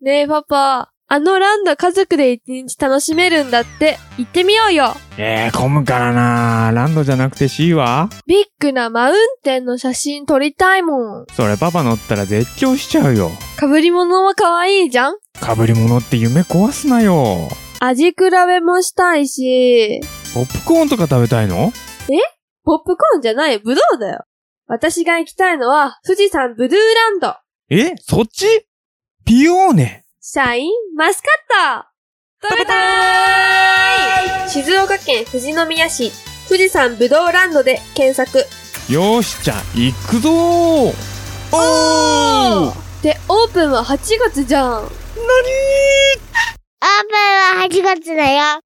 Speaker 11: ねえパパ、あのランド家族で一日楽しめるんだって、行ってみようよ
Speaker 12: えー、混むからなランドじゃなくて C は
Speaker 11: ビッグなマウンテンの写真撮りたいもん
Speaker 12: それパパ乗ったら絶叫しちゃうよ。
Speaker 11: 被り物は可愛いじゃん
Speaker 12: 被り物って夢壊すなよ。
Speaker 11: 味比べもしたいし、
Speaker 12: ポップコーンとか食べたいの
Speaker 11: ポップコーンじゃない、ブドウだよ私が行きたいのは、富士山ブルーランド
Speaker 12: えそっちピオーネ
Speaker 11: シャインマスカット食べたーい静岡県富士宮市、富士山ブドウランドで検索
Speaker 12: よーし、じゃあ、行くぞーおー
Speaker 11: で、オープンは8月じゃん
Speaker 6: オープンは8月だよ。